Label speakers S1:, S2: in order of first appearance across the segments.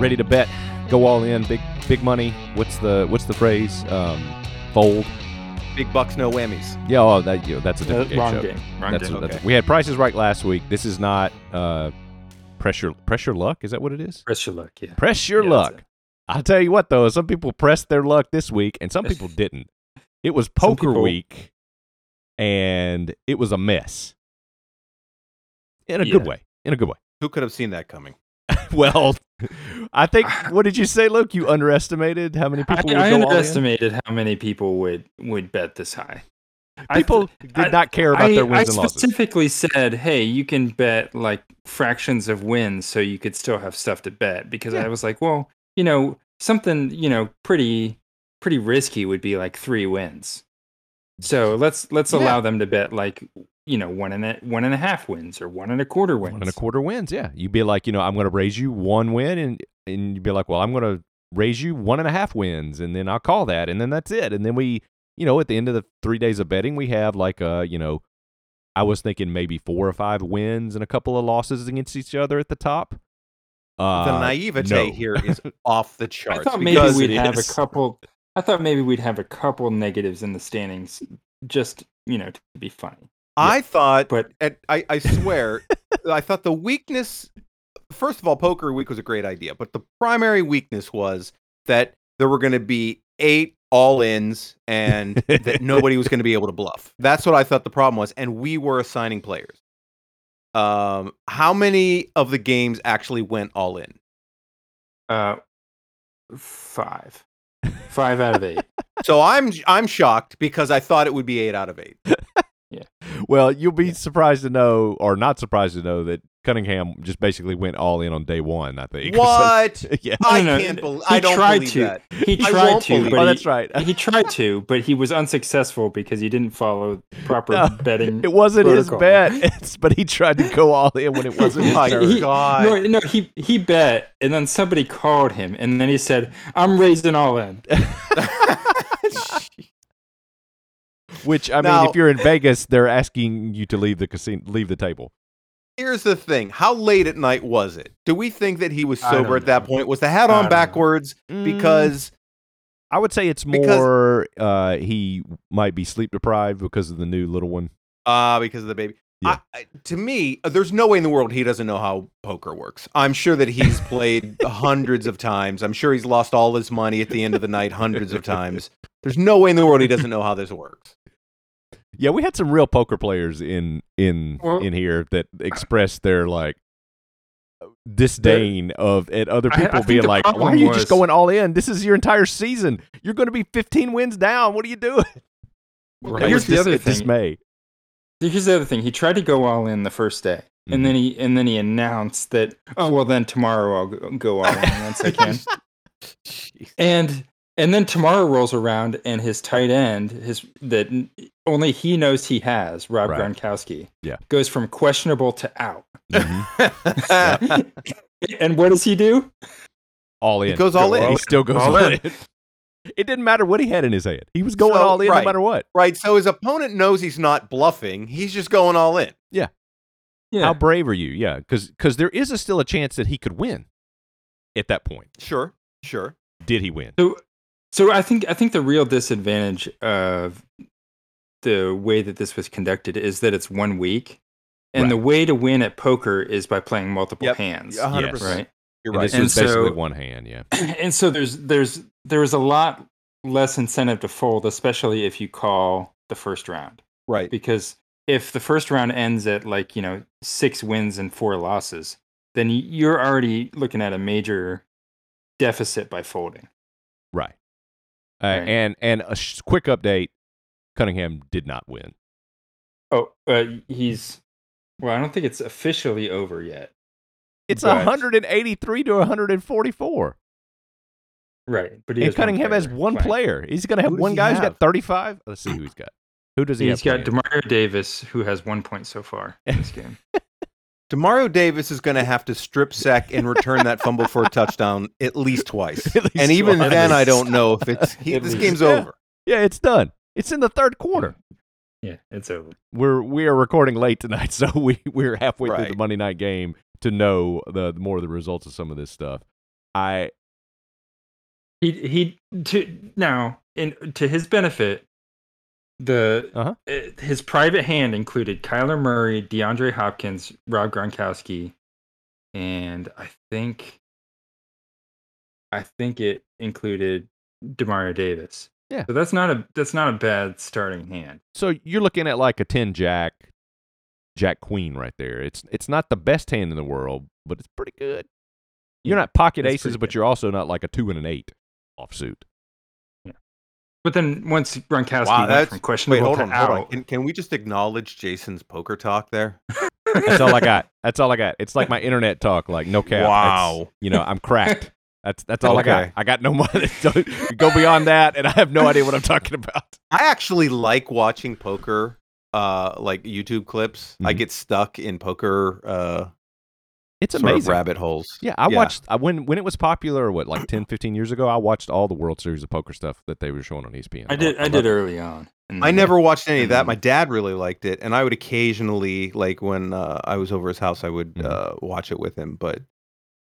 S1: ready to bet, go all in, big big money. What's the what's the phrase? Um, fold.
S2: Big bucks, no whammies.
S1: Yeah, oh, that you know, that's a different
S3: Uh,
S1: game
S3: wrong
S1: show.
S3: game.
S4: Wrong
S1: That's,
S4: game.
S1: that's-
S2: okay.
S1: we had prices right last week. This is not uh, pressure pressure luck. Is that what it is?
S3: Press your luck. Yeah.
S1: Press your
S2: Yeah, that's
S1: luck. I'll tell you what though, some people pressed their luck this week and some people didn't. It was
S3: Some
S1: poker
S3: people-
S1: week and it was a mess. In a good
S3: Yeah.
S1: way. In a good way.
S2: Who could have seen that coming?
S1: Well, I think what did you say, Luke? You underestimated how many people
S3: I,
S1: would
S3: I
S1: go all in?
S3: underestimated how many people would would bet this high. I th-
S1: People did
S3: I-
S1: not care about
S3: I,
S1: their wins
S3: I
S1: and losses.
S3: specifically said, "Hey, you can bet like fractions of wins, so you could still have stuff to bet." Because I was like, "Well, you know, something you know pretty pretty risky would be like three wins. So let's let's
S1: Yeah.
S3: allow them to bet like you know one and a one and a half wins or one and a quarter wins.
S1: One and a quarter wins, yeah. You'd be like, you know, I'm going to raise you one win, and and you'd be like, well, I'm going to raise you one and a half wins, and then I'll call that, and then that's it. And then we, you know, at the end of the three days of betting, we have like a, you know, I was thinking maybe four or five wins and a couple of losses against each other at the top. Uh,
S2: the naivete
S1: no.
S2: here is off the
S3: I
S2: charts.
S3: thought maybe
S2: because
S3: we'd
S2: it
S3: have
S2: is.
S3: a couple. I thought maybe we'd have a couple negatives in the standings, just you know, to be funny.
S2: I thought,
S3: But
S2: and I, I swear, I thought the weakness. First of all, poker week was a great idea, but the primary weakness was that there were going to be eight all-ins and that nobody was going to be able to bluff. That's what I thought the problem was, and we were assigning players. Um, how many of the games actually went all in?
S3: uh, five, five out of eight.
S2: So I'm I'm shocked because I thought it would be eight out of eight.
S1: Well, you'll be surprised to know, or not surprised to know, that Cunningham just basically went all in on day one. I think.
S2: What?
S1: yeah.
S3: No,
S2: I
S3: no, no,
S2: can't believe.
S3: he
S2: I don't
S3: tried
S2: believe
S3: to.
S2: that.
S3: He
S2: I
S3: tried
S2: won't
S3: to,
S2: believe-
S3: but
S1: oh,
S3: he,
S1: that's right.
S3: he tried to, but he was unsuccessful because he didn't follow proper
S1: No,
S3: betting.
S1: It wasn't
S3: Protocol.
S1: his bet, it's- but he tried to go all in when it wasn't
S3: My
S1: fair.
S3: he-
S2: God.
S3: No, no, he he bet, and then somebody called him, and then he said, "I'm raising all in."
S1: Which I mean,
S2: Now-
S1: if you're in Vegas, they're asking you to leave the casino, leave the table.
S2: Here's the thing: How late at night was it? Do we think that he was
S3: I don't
S2: sober at that
S3: know.
S2: point? Was the hat
S3: I don't
S2: on
S3: know. Mm.
S2: backwards? Because
S1: I would say it's
S2: because-
S1: more uh, he might be sleep deprived because of the new little one.
S2: uh because of the baby.
S1: Yeah.
S2: I, I- to me, uh, there's no way in the world he doesn't know how poker works. I'm sure that he's played hundreds of times. I'm sure he's lost all his money at the end of the night hundreds of times. There's no way in the world he doesn't know how this works.
S1: Yeah, we had some real poker players in in
S3: Well-
S1: in here that expressed their like disdain of at other
S3: I- I
S1: people
S3: think
S1: being
S3: the
S1: like, "Why
S3: problem
S1: are you
S3: was-
S1: just going all in? This is your entire season. You're going to be 15 wins down. What are you doing?"
S3: Right.
S1: I
S3: Here's
S1: was
S3: the
S1: dis-
S3: other
S1: at
S3: thing.
S1: Dismay.
S3: Here's the other thing. He tried to go all in the first day, and then
S1: Mm-hmm.
S3: he and then he announced that, "Oh well, then tomorrow I'll go, go all in once I can." and and then tomorrow rolls around, and his tight end, his that n- only he knows he has, Rob
S1: Right.
S3: Gronkowski,
S1: Yeah.
S3: goes from questionable to out.
S1: Mhm.
S2: Mm-hmm.
S3: and what does he do?
S1: all in.
S2: He goes all
S3: Go
S2: in.
S1: he still goes all,
S3: All
S1: in. It didn't matter what he had in his hand. He was going
S2: So,
S1: all in
S2: right.
S1: no matter what.
S2: Right. So his opponent knows he's not bluffing. He's just going all in.
S3: Yeah,
S1: How brave are you? Yeah, because there is a still a chance that he could win at that point.
S2: Sure. Sure.
S1: Did he win?
S3: So, so I think I think the real disadvantage of the way that this was conducted is that it's one week, and
S1: Right.
S3: the way to win at poker is by playing multiple
S2: Yep.
S3: hands,
S2: A hundred
S1: Yes.
S2: percent.
S3: right?
S2: You're
S1: And
S2: right.
S1: this
S3: And
S1: was basically
S3: so-
S1: one hand, yeah.
S3: And so there's there's there's a lot less incentive to fold, especially if you call the first round,
S2: right.
S3: because if the first round ends at like you know six wins and four losses, then y- you're already looking at a major deficit by folding.
S1: Right. Uh,
S3: Right.
S1: And and a sh- quick update: Cunningham did not win.
S3: Oh, uh, he's. Well, I don't think it's officially over yet.
S1: It's
S3: Right.
S1: 183 to 144,
S3: Right, but
S1: and Cunningham has one player. He's going to have
S2: Who does
S1: one
S2: he
S1: guy who's
S2: have?
S1: got 35. Let's see who he's got. Who does he
S3: He's
S1: have?
S3: got
S1: playing?
S3: Demario Davis, who has one point so far in this game.
S2: Demario Davis is going to have to strip sack and return that fumble for a touchdown at least twice.
S1: At least
S2: and even
S1: twice.
S2: then, I don't know if it's he,
S3: At
S2: this
S3: least.
S2: game's
S1: Yeah.
S2: over.
S1: yeah, it's done. It's in the third quarter.
S3: Yeah, it's over.
S1: we're we are recording late tonight, so we we're halfway through the
S2: Right.
S1: Monday night game to know the more of the results of some of this stuff. I
S3: He he to now in to his benefit, the
S1: Uh-huh.
S3: uh, his private hand included Kyler Murray, DeAndre Hopkins, Rob Gronkowski, and I think I think it included Demario Davis.
S1: Yeah.
S3: so that's not a that's not a bad starting hand.
S1: so you're looking at like a 10 jack jack queen right there. It's it's not the best hand in the world, but it's pretty good. You're
S3: Yeah,
S1: not pocket
S3: it's
S1: aces,
S3: pretty
S1: but
S3: good.
S1: you're also not like a 2 and an 8 offsuit.
S3: But then once Gronkowski
S2: Wow,
S3: went
S2: that's-
S3: from questionable
S2: Wait, hold
S3: to
S2: on,
S3: out,
S2: hold on. Can, can we just acknowledge Jason's poker talk there?
S1: That's all I got. That's all I got. It's like my internet talk, like no cap.
S2: Wow.
S1: It's- You know, I'm cracked. That's that's all I got.
S2: Okay.
S1: I got no money. So go beyond that, and I have no idea what I'm talking about.
S2: I actually like watching poker, uh, like YouTube clips. I
S1: Mhm.
S2: get stuck in poker, uh,
S1: It's
S2: sort of
S1: amazing.
S2: rabbit holes.
S1: Yeah, I
S2: Yeah.
S1: watched I, when when it was popular. What like 10, 15 years ago? I watched all the World Series of Poker stuff that they were showing on E ESPN.
S3: I did. I,
S1: love
S3: did
S1: it.
S3: early on. and
S2: I
S3: then-
S2: never watched any of that.
S3: Mhm.
S2: My dad really liked it, and I would occasionally, like when uh, I was over his house, I would
S1: Mhm.
S2: uh, watch it with him. But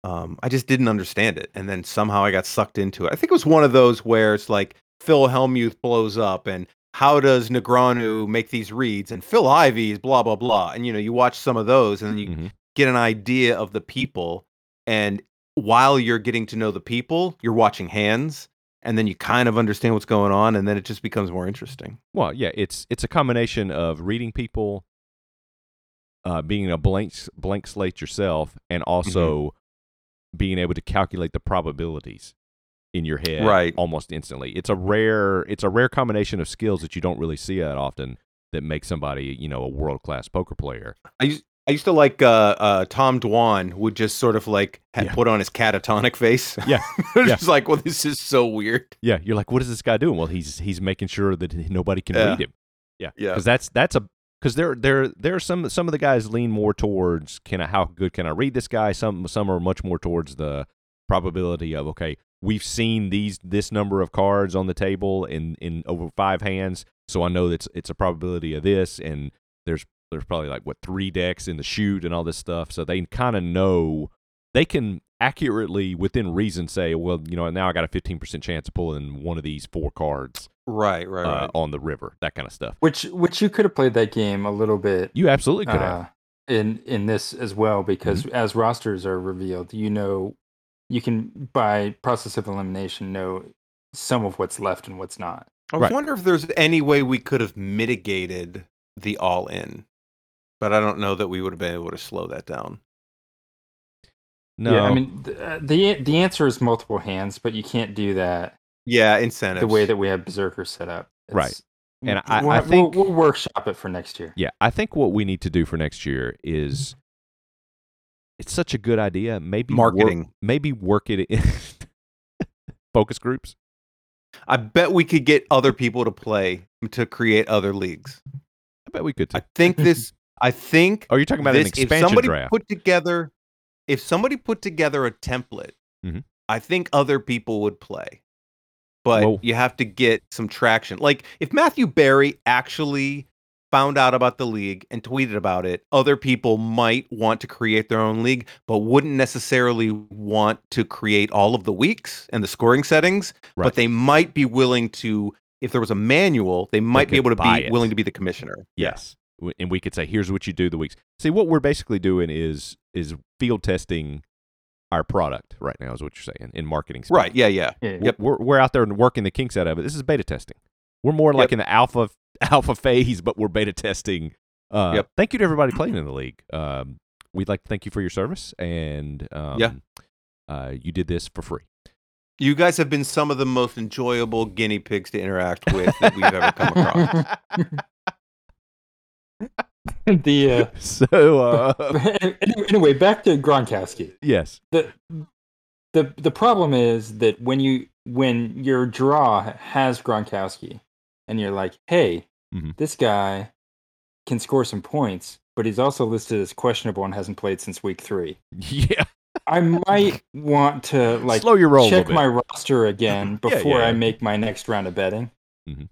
S2: um, I just didn't understand it, and then somehow I got sucked into it. I think it was one of those where it's like Phil Hellmuth blows up, and how does Negreanu make these reads, and Phil Ivey's blah blah blah, and you know you watch some of those, and then you
S1: Mhm.
S2: get an idea of the people, and while you're getting to know the people, you're watching hands. And then you kind of understand what's going on, and then it just becomes more interesting.
S1: Well, yeah, it's it's a combination of reading people, uh, being a blank s- blank slate yourself, and
S2: Mm-hmm.
S1: also being able to calculate the probabilities in your head
S2: Right.
S1: almost instantly. It's a rare it's a rare combination of skills that you don't really see that often that makes somebody you know a world class poker player.
S2: I used I used to like uh, uh, Tom Dwan would just sort of like had
S1: Yeah.
S2: put on his catatonic face.
S1: Yeah.
S2: just like, well, this is so weird.
S1: Yeah, you're like, what is this guy doing? Well, he's he's making sure that nobody can
S2: Yeah.
S1: read him. Yeah,
S2: Yeah.
S1: because that's that's a because there there there are some some of the guys lean more towards can I how good can I read this guy? Some some are much more towards the probability of okay, we've seen these this number of cards on the table in in over five hands, so I know that's it's a probability of this, and there's there's probably like what three decks in the shoot and all this stuff, so they kind of know they can accurately within reason say, well, you know, now I got a 15% chance of pulling one of these four cards
S2: Right, right,
S1: uh, on the river, that kind of stuff.
S3: Which which you could have played that game a little bit
S1: You absolutely could have.
S3: uh, in in this as well because as rosters are revealed, you know, you can by process of elimination know some of what's left and what's not.
S2: I
S1: right.
S2: wonder if there's any way we could have mitigated the all in, but I don't know that we would have been able to slow that down.
S1: No,
S3: Yeah, I mean th- uh, the the answer is multiple hands, but you can't do that
S2: Yeah, incentives.
S3: the way that we have Berserker set up.
S1: Right.
S3: It's-
S1: And
S3: w-
S1: I- I
S3: we'll, have-
S1: think-
S3: we'll, we'll workshop it for next year.
S1: Yeah, I think what we need to do for next year is it's such a good idea. Maybe work-
S2: marketing.
S1: maybe work it in focus groups.
S2: I bet we could get other people to play to create other leagues.
S1: I bet we could. Too.
S2: I think this. I think
S1: oh, you're talking about an
S2: this- if
S1: expansion
S2: somebody
S1: draft.
S2: put together if somebody put together a template
S1: Mhm.
S2: i think other people would play but
S1: Whoa.
S2: you have to get some traction like if matthew barry actually found out about the league and tweeted about it other people might want to create their own league but wouldn't necessarily want to create all of the weeks and the scoring settings
S1: Right.
S2: but they might be willing to if there was a manual they might be
S1: could
S2: able to
S1: buy
S2: be
S1: it.
S2: willing to be the commissioner
S1: Yes. W- And we could say, here's what you do the weeks. See, what we're basically doing is is field testing our product right now, is what you're saying in marketing. speak.
S2: right yeah yeah
S3: Yeah.
S1: W- We're, we're out there and working the kinks out of it. This is beta testing. We're more like in the alpha alpha phase, but we're beta testing. Uh,
S2: Yep.
S1: Thank you to everybody playing in the league. Um, we'd like to thank you for your service, and um,
S2: Yeah.
S1: uh, you did this for free.
S2: You guys have been some of the most enjoyable guinea pigs to interact with that we've ever come across.
S3: the uh,
S1: So, uh,
S3: anyway, anyway, back to Gronkowski.
S1: yes,
S3: the the the problem is that when you when your draw has Gronkowski and you're like, hey,
S1: Mhm.
S3: this guy can score some points, but he's also listed as questionable and hasn't played since week three.
S1: yeah.
S3: I might want to like
S1: Slow your roll. a
S3: check
S1: little bit.
S3: my roster again
S1: Yeah,
S3: before
S1: yeah,
S3: I
S1: yeah.
S3: make my next round of betting.
S1: Mhm.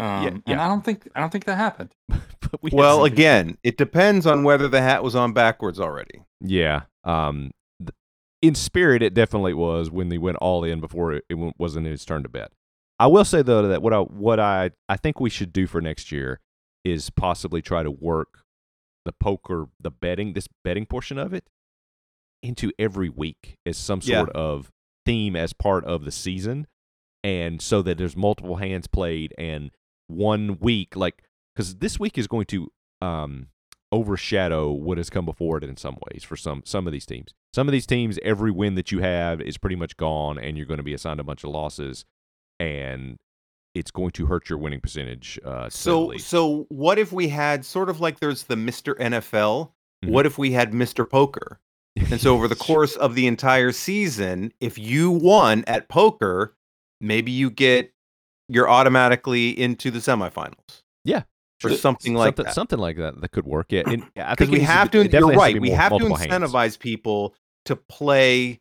S3: Um, and
S1: yeah.
S3: I don't think I don't think that happened.
S1: But we had
S2: Well,
S1: some-
S2: again, it depends on whether the hat was on backwards already.
S1: Yeah. Um, th- in spirit, it definitely was when they went all in before it, it wa- wasn't his turn to bet. I will say though that what I what I I think we should do for next year is possibly try to work the poker, the betting, this betting portion of it into every week as some
S2: Yeah.
S1: sort of theme as part of the season, and so that there's multiple hands played and one week like because this week is going to um overshadow what has come before it in some ways for some some of these teams. Some of these teams, every win that you have is pretty much gone, and you're going to be assigned a bunch of losses, and it's going to hurt your winning percentage. Uh,
S2: So
S1: steadily.
S2: so what if we had sort of like there's the Mr. NFL?
S1: Mhm.
S2: What if we had Mr. Poker? And so over the course of the entire season, if you won at poker, maybe you get you're automatically into the semifinals.
S1: Yeah.
S2: Or something like
S1: something,
S2: that.
S1: something like that that could work. Yeah, and I think
S2: Because
S1: it
S2: we
S1: needs
S2: have
S1: be-
S2: to,
S1: it
S2: you're
S1: definitely has
S2: right.
S1: to be
S2: we
S1: more-
S2: have to
S1: multiple hands.
S2: incentivize people to play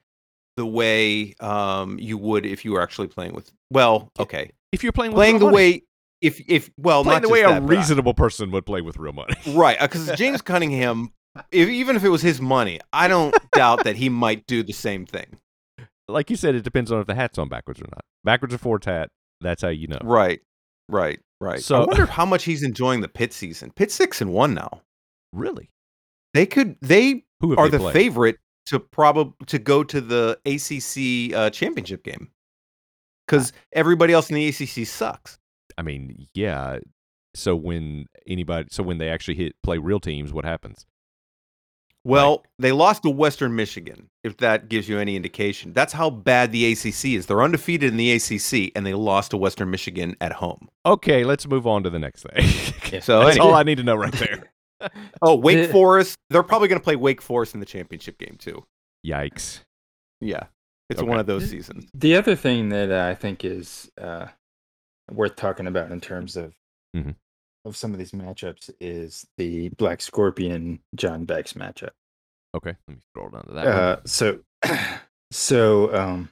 S2: the way um, you would if you were actually playing with. Well, okay,
S1: If you're playing with
S2: playing
S1: real
S2: the
S1: money.
S2: way if if well
S1: playing
S2: not
S1: the way
S2: just
S1: a
S2: that, but I-
S1: reasonable person would play with real money.
S2: Right, because James Cunningham, if, even if it was his money, I don't doubt that he might do the same thing.
S1: like you said, it depends on if the hat's on backwards or not. Backwards or forwards hat. That's how you know.
S2: Right, right, right. So
S1: So-
S2: I wonder how much he's enjoying the pit season. Pit six and one now.
S1: Really?
S2: They could. They
S1: Who have
S2: are
S1: they
S2: the
S1: played?
S2: favorite to probably to go to the ACC uh, championship game because everybody else in the ACC sucks.
S1: I mean, yeah. So when anybody, so when they actually hit play real teams, what happens?
S2: Well, they lost to Western Michigan. If that gives you any indication, that's how bad the ACC is. They're undefeated in the ACC, and they lost to Western Michigan at home.
S1: Okay, let's move on to the next thing.
S2: So
S1: That's
S2: anyway.
S1: all I need to know right there.
S2: Oh, Wake
S3: Yeah.
S2: Forest. They're probably going to play Wake Forest in the championship game too.
S1: Yikes!
S2: Yeah, it's
S1: Okay.
S2: one of those
S3: Th-
S2: seasons.
S3: The other thing that I think is uh, worth talking about in terms of
S1: Mhm.
S3: of some of these matchups is the Black Scorpion John Bex matchup.
S1: Okay, let me scroll down to that. one.
S3: Uh, so, so um,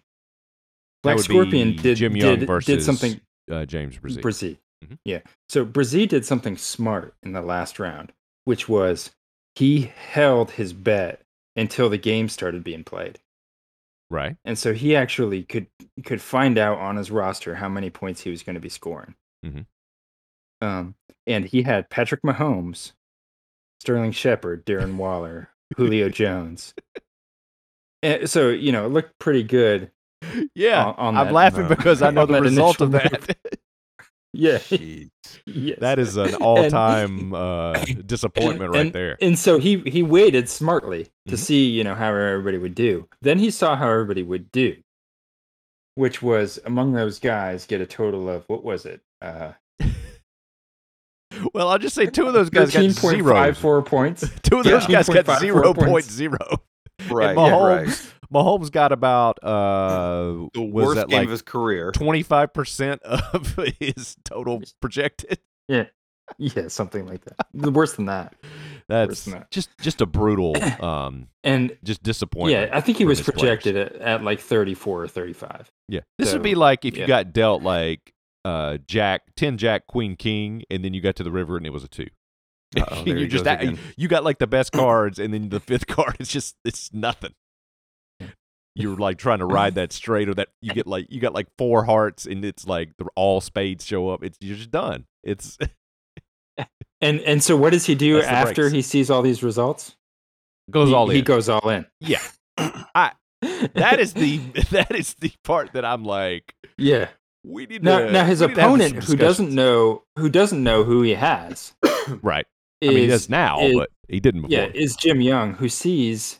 S3: Black
S1: would
S3: Scorpion
S1: be
S3: did
S1: Jim Young
S3: did, did
S1: versus
S3: something
S1: Uh, James Brzee.
S3: Brzee.
S1: Mhm.
S3: Yeah. So Brzee did something smart in the last round, which was he held his bet until the game started being played.
S1: Right.
S3: And so he actually could could find out on his roster how many points he was going to be scoring.
S1: Mhm.
S3: Um, and he had Patrick Mahomes, Sterling Shepard, Darren Waller, Julio Jones. And so you know it looked pretty good.
S1: Yeah,
S3: on, on
S1: I'm
S3: that-
S1: laughing
S3: on
S1: because I know the
S3: that
S1: result of
S3: initial
S1: that.
S3: Yeah,
S2: Jeez.
S3: yes.
S1: that is an all-time uh, disappointment right
S3: and-
S1: there.
S3: And so he he waited smartly to
S1: Mhm.
S3: see you know how everybody would do. Then he saw how everybody would do, which was among those guys get a total of what was it? Uh,
S1: Well, I'll just say two of those guys got zero.
S3: 13.54 points.
S1: Two of those guys got
S3: 13.54
S1: zero point
S3: points.
S1: zero.
S2: Right,
S1: Mahomes-
S2: right.
S1: Mahomes got about uh,
S2: The
S1: was
S2: worst
S1: that
S2: game
S1: like
S2: of his career.
S1: 25% of his total projected.
S3: yeah, something like that. The worse than that.
S1: That's
S3: than that.
S1: just just a brutal um
S3: And
S1: just
S3: yeah,
S1: disappointment.
S3: I think he
S1: for
S3: was
S1: his players.
S3: projected at, at like 34 or 35.
S1: Yeah. This would be
S3: So,
S1: like if you
S3: yeah.
S1: got dealt like uh jack 10 jack queen king and then you got to the river and it was a 2.
S2: Uh-oh,
S1: And
S2: there
S1: you
S2: he
S1: just
S2: goes
S1: that,
S2: again.
S1: you got like the best cards and then the fifth card is just it's nothing. You're like trying to ride that straight or that you get like you got like four hearts and it's like the, all spades show up. It's you're just done. It's
S3: And and so what does he do
S1: That's the
S3: after
S1: breaks.
S3: he sees all these results?
S1: goes
S3: he,
S1: all in.
S3: he goes all in.
S1: Yeah. I- that is the that is the part that I'm like
S3: yeah.
S1: we need
S3: Now,
S1: to
S3: now his
S1: we need to have
S3: opponent,
S1: some
S3: who doesn't
S1: discussions.
S3: know who doesn't know who he has,
S1: right
S3: is
S1: I mean he does now
S3: is-
S1: but he didn't before
S3: yeah, is Jim Young, who sees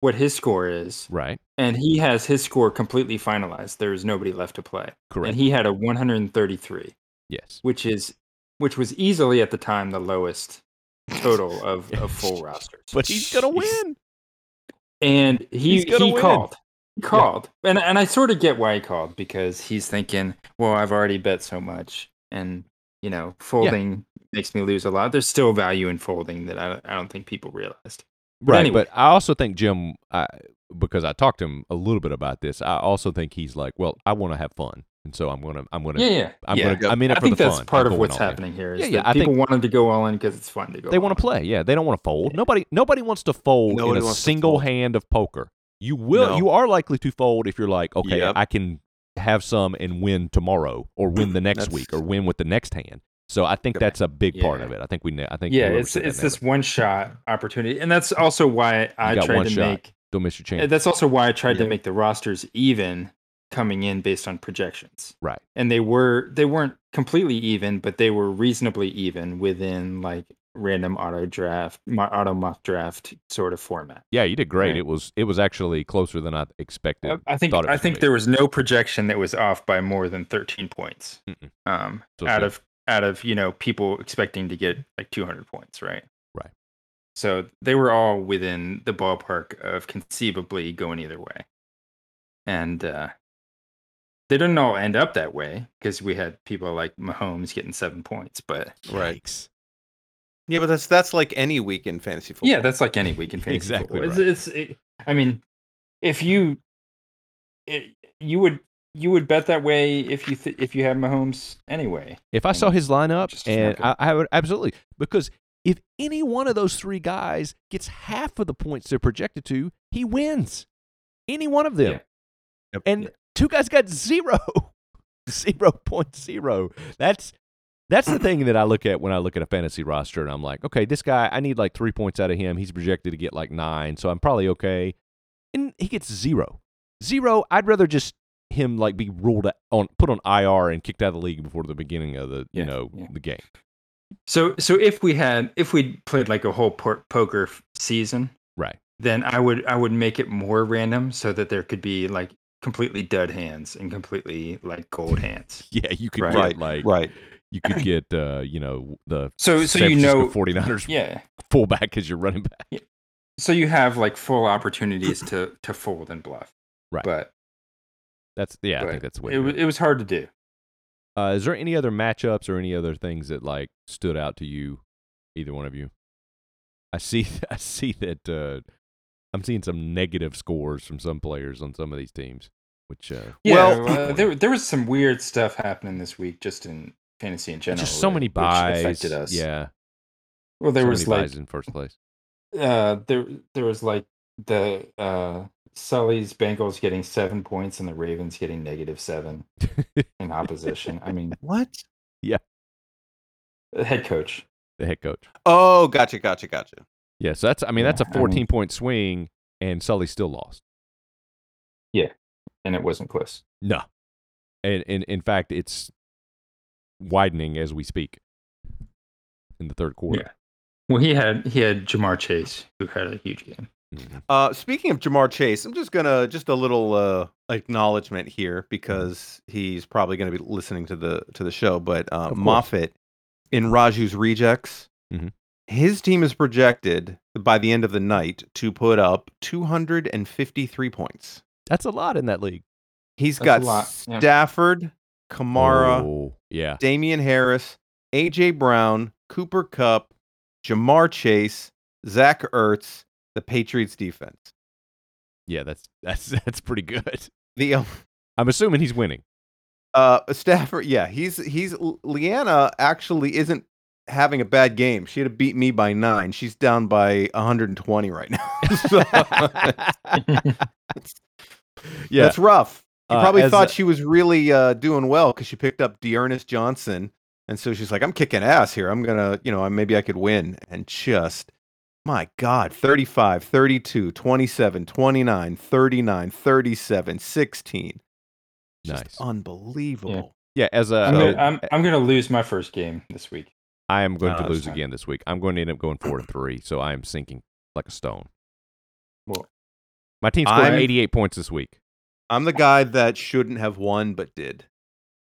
S3: what his score is,
S1: right
S3: and he has his score completely finalized. There is nobody left to play,
S1: correct
S3: and he had a 133,
S1: yes
S3: which is which was easily at the time the lowest total of, of full rosters.
S1: but he's gonna
S3: Jeez.
S1: win
S3: and he
S1: He's gonna
S3: he
S1: win.
S3: called. He called. And and I sort of get why he called because he's thinking, well, I've already bet so much and you know, folding makes me lose a lot. There's still value in folding that I, I don't think people realized.
S1: right
S3: anyway.
S1: but I also think Jim I because I talked to him a little bit about this I also think he's like well I want to have fun and so I'm gonna I'm gonna
S3: Yeah, yeah.
S1: I'm
S3: yeah.
S1: gonna I'm in it
S3: I
S1: for the
S3: think that's
S1: fun.
S3: part
S1: I'm
S3: of
S1: going
S3: what's
S1: all in.
S3: happening here. Is
S1: Yeah,
S3: yeah,
S1: yeah, I
S3: people
S1: think-
S3: wanted to go all in because it's fun to go.
S1: They want
S3: all
S1: to play.
S3: in.
S1: Yeah, they don't want to fold. Nobody nobody wants to fold
S2: Nobody
S1: in a
S2: wants to
S1: single
S2: fold.
S1: hand of poker. You will.
S2: No.
S1: You are likely to fold if you're like, okay,
S2: Yep.
S1: I can have some and win tomorrow, or win the next
S2: That's-
S1: week, or win with the next hand. So I think
S2: Okay.
S1: that's a big part
S3: Yeah.
S1: of it. I think we. na- I think
S3: yeah,
S1: whoever
S3: it's
S1: said that
S3: it's
S1: nailed
S3: this
S1: it.
S3: one shot opportunity, and that's also why I
S1: You got
S3: tried
S1: one
S3: to
S1: shot.
S3: make.
S1: Don't miss your
S3: uh,
S1: chance.
S3: That's also why I tried
S2: Yeah.
S3: to make the rosters even coming in based on projections.
S1: Right.
S3: And they were they weren't completely even, but they were reasonably even within like random auto draft, my auto mock draft sort of format.
S1: Yeah, you did great.
S3: Right.
S1: It was. It was actually closer than I expected.
S3: I- I think
S1: thought it
S3: I
S1: was
S3: think
S1: gonna be.
S3: there was no projection that was off by more than 13 points.
S1: Mm-mm.
S3: Um,
S1: So
S3: out
S1: good.
S3: of out of you know people expecting to get like 200 points, right?
S1: Right.
S3: So they were all within the ballpark of conceivably going either way, and uh, they didn't all end up that way because we had people like Mahomes getting seven points, but
S2: Right.
S1: Yikes.
S2: Yeah, but that's that's like any week in fantasy football.
S3: yeah, that's like any weekend fantasy
S1: Exactly
S3: football.
S1: right.
S3: It's, it's it, I mean, if you it, you would you would bet that way if you th- if you had Mahomes anyway.
S1: If I saw
S3: And
S1: his lineup,
S3: just doesn't
S1: and I,
S3: happen.
S1: I would absolutely because if any one of those three guys gets half of the points they're projected to, he wins. Any one of them,
S3: Yeah.
S2: Yep.
S1: and
S3: Yeah.
S1: two guys got zero, zero point zero. That's that's the thing that I look at when I look at a fantasy roster, and I'm like, okay, this guy, I need like three points out of him. He's projected to get like nine, so I'm probably okay. And he gets zero, zero. I'd rather just him like be ruled out- on put on IR and kicked out of the league before the beginning of the
S3: Yeah,
S1: you know
S3: yeah.
S1: the game.
S3: So so if we had if we played like a whole por- poker f- season,
S1: Right.
S3: then I would I would make it more random so that there could be like completely dud hands and completely like gold hands.
S1: Yeah, you could
S3: Right.
S1: get
S2: Right,
S1: like
S2: Right.
S1: you could get uh, you know the
S3: So so
S1: San
S3: you
S1: Francisco
S3: know
S1: 49ers
S3: yeah.
S1: fullback as your running back.
S3: So you have like full opportunities to to fold and bluff.
S1: Right.
S3: But
S1: That's yeah, I
S3: Right.
S1: think that's what.
S3: it, wa- it was hard to do.
S1: Uh, is there any other matchups or any other things that like stood out to you, either one of you? I see, I see that uh, I'm seeing some negative scores from some players on some of these teams. Which uh,
S3: Yeah,
S2: Well-
S3: uh, there there was some weird stuff happening this week just in fantasy in general.
S1: just so
S3: which-
S1: many
S3: which
S1: buys.
S3: affected us.
S1: Yeah,
S3: Well, there
S1: so
S3: was
S1: many
S3: like
S1: buys in first place.
S3: uh there there was like the uh Sully's Bengals getting 7 points and the Ravens getting negative 7 in opposition. I mean,
S2: What?
S3: the head coach.
S1: The head coach.
S2: Oh, gotcha, gotcha, gotcha.
S1: Yeah, so that's I mean that's a
S3: Yeah, I mean-
S1: 14 point swing, and Sully still lost.
S3: And it wasn't close.
S1: No. And, and in fact, it's widening as we speak in the third quarter.
S3: Well, he had he had Jamar Chase who had a huge game.
S1: Mhm.
S2: Uh, speaking of Jamar Chase, I'm just gonna just a little uh, acknowledgement
S3: Mm-hmm.
S2: here because he's probably gonna be listening to the to the show. But uh,
S1: course.
S2: Moffitt in Raju's rejects,
S3: Mm-hmm.
S1: Mhm.
S2: his team is projected by the end of the night to put up 253 points.
S1: That's a lot in that league.
S2: He's
S3: That's a
S2: got
S3: lot, yeah.
S2: Stafford, Kamara,
S1: Oh, yeah.
S2: Damian Harris, AJ Brown, Cooper Cup, Jamar Chase, Zach Ertz, the Patriots defense.
S1: Yeah, that's that's that's pretty good.
S2: The um,
S1: I'm assuming he's winning.
S2: uh Stafford, yeah, he's he's Leanna actually isn't having a bad game. She had to beat me by nine. She's down by 120 right now. so,
S1: yeah.
S2: that's rough. You
S1: Uh,
S2: probably
S1: as
S2: thought
S1: a-
S2: she was really uh, doing well because she picked up Dearness Johnson, and so she's like, "I'm kicking ass here. I'm gonna, you know, I- maybe I could win." And just, my God, 35, 32, 27, 29, 39, 37, 16. Just
S1: Nice.
S2: unbelievable.
S1: yeah, as a
S3: I'm, gonna,
S1: I
S3: I'm Uh, I'm going to lose my first game this week.
S1: am going to
S2: Oh,
S1: lose
S2: sorry.
S1: again this week. I'm going to end up going 4 and 3, so I am sinking like a stone.
S3: Well-
S1: My team scored
S2: I'm-
S1: 88 points this week.
S2: I'm the guy that shouldn't have won but did.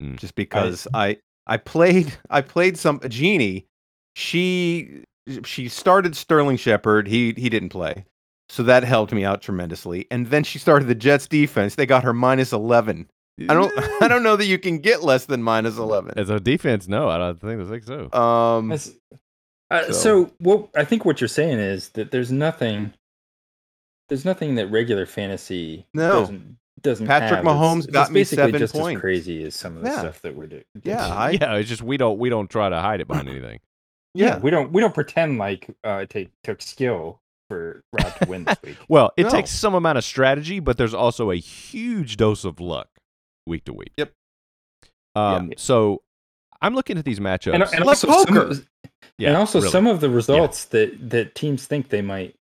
S1: Mm.
S2: Just because I I played I played some Jeannie. She she started Sterling Shepard. He he didn't play. So that helped me out tremendously. And then she started the Jets defense. They got her minus 11. I don't I don't know that you can get less than minus 11.
S1: As a defense, no, I don't think I think so.
S2: Um
S3: That's- uh, so,
S2: so-
S3: what I think what you're saying is that there's nothing, there's nothing that regular fantasy
S2: No.
S3: doesn't doesn't.
S2: Patrick
S3: have.
S2: Mahomes
S3: it's,
S2: got
S3: it's
S2: me
S3: basically
S2: seven
S3: just
S2: points.
S3: as crazy as some of the
S2: Yeah.
S3: stuff that we're doing.
S2: yeah, I
S1: yeah, it's just we don't we don't try to hide it behind anything.
S2: yeah.
S3: we don't we don't pretend like uh, it take, took skill for Rob to win this week.
S1: Well, it
S2: No.
S1: takes some amount of strategy, but there's also a huge dose of luck week to week.
S2: Yep.
S1: Um, So I'm looking at these matchups.
S3: and, and
S2: Love
S3: also, some
S2: poker.
S3: of,
S1: yeah,
S3: and also
S1: really.
S3: some of the results that that teams think they might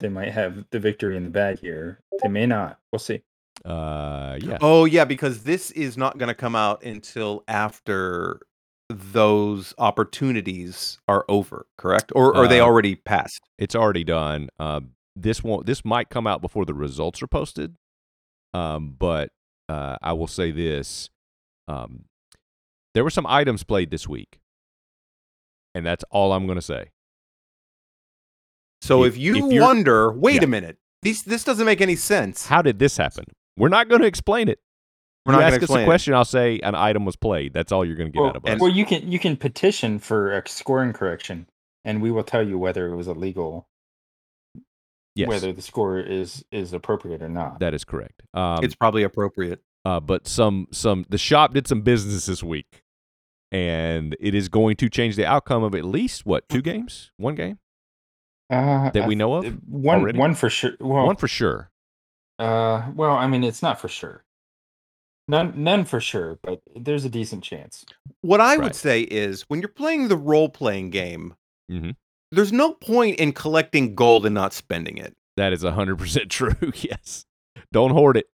S3: they might have the victory in the bag here. They may not. We'll see.
S1: Uh, yeah.
S2: Oh yeah, because this is not going to come out until after those opportunities are over, correct? Or are they
S1: Uh,
S2: already passed?
S1: It's already done. Uh, this won't. This might come out before the results are posted. Um, but uh, I will say this: um, there were some items played this week, and that's all I'm going to say.
S2: So
S1: if-
S2: if, you
S1: if you're-
S2: wonder, wait
S1: yeah.
S2: a minute, these this doesn't make any sense.
S1: How did this happen? We're not going to explain it.
S2: We're
S1: you
S2: not going to
S1: ask us
S2: explain.
S1: a
S2: it.
S1: question, I'll say an item was played. That's all you're going to get
S3: Well,
S1: out of us.
S2: and-
S3: well, you can you can petition for a scoring correction, and we will tell you whether it was illegal,
S1: yes,
S3: whether the score is is appropriate or not.
S1: that is correct. Um,
S2: It's probably appropriate.
S1: uh, but some some the shop did some business this week, and it is going to change the outcome of at least what two games, one game,
S3: uh,
S1: that
S3: I
S1: we
S3: th-
S1: know of
S3: uh, one
S1: already?
S3: one for sure. Well,
S1: one for sure.
S3: uh, well, I mean, it's not for sure. None none for sure, but there's a decent chance.
S2: What I
S1: Right.
S2: would say is when you're playing the role playing game,
S1: Mhm.
S2: there's no point in collecting gold and not spending it.
S1: That is hundred percent true. yes, don't hoard it.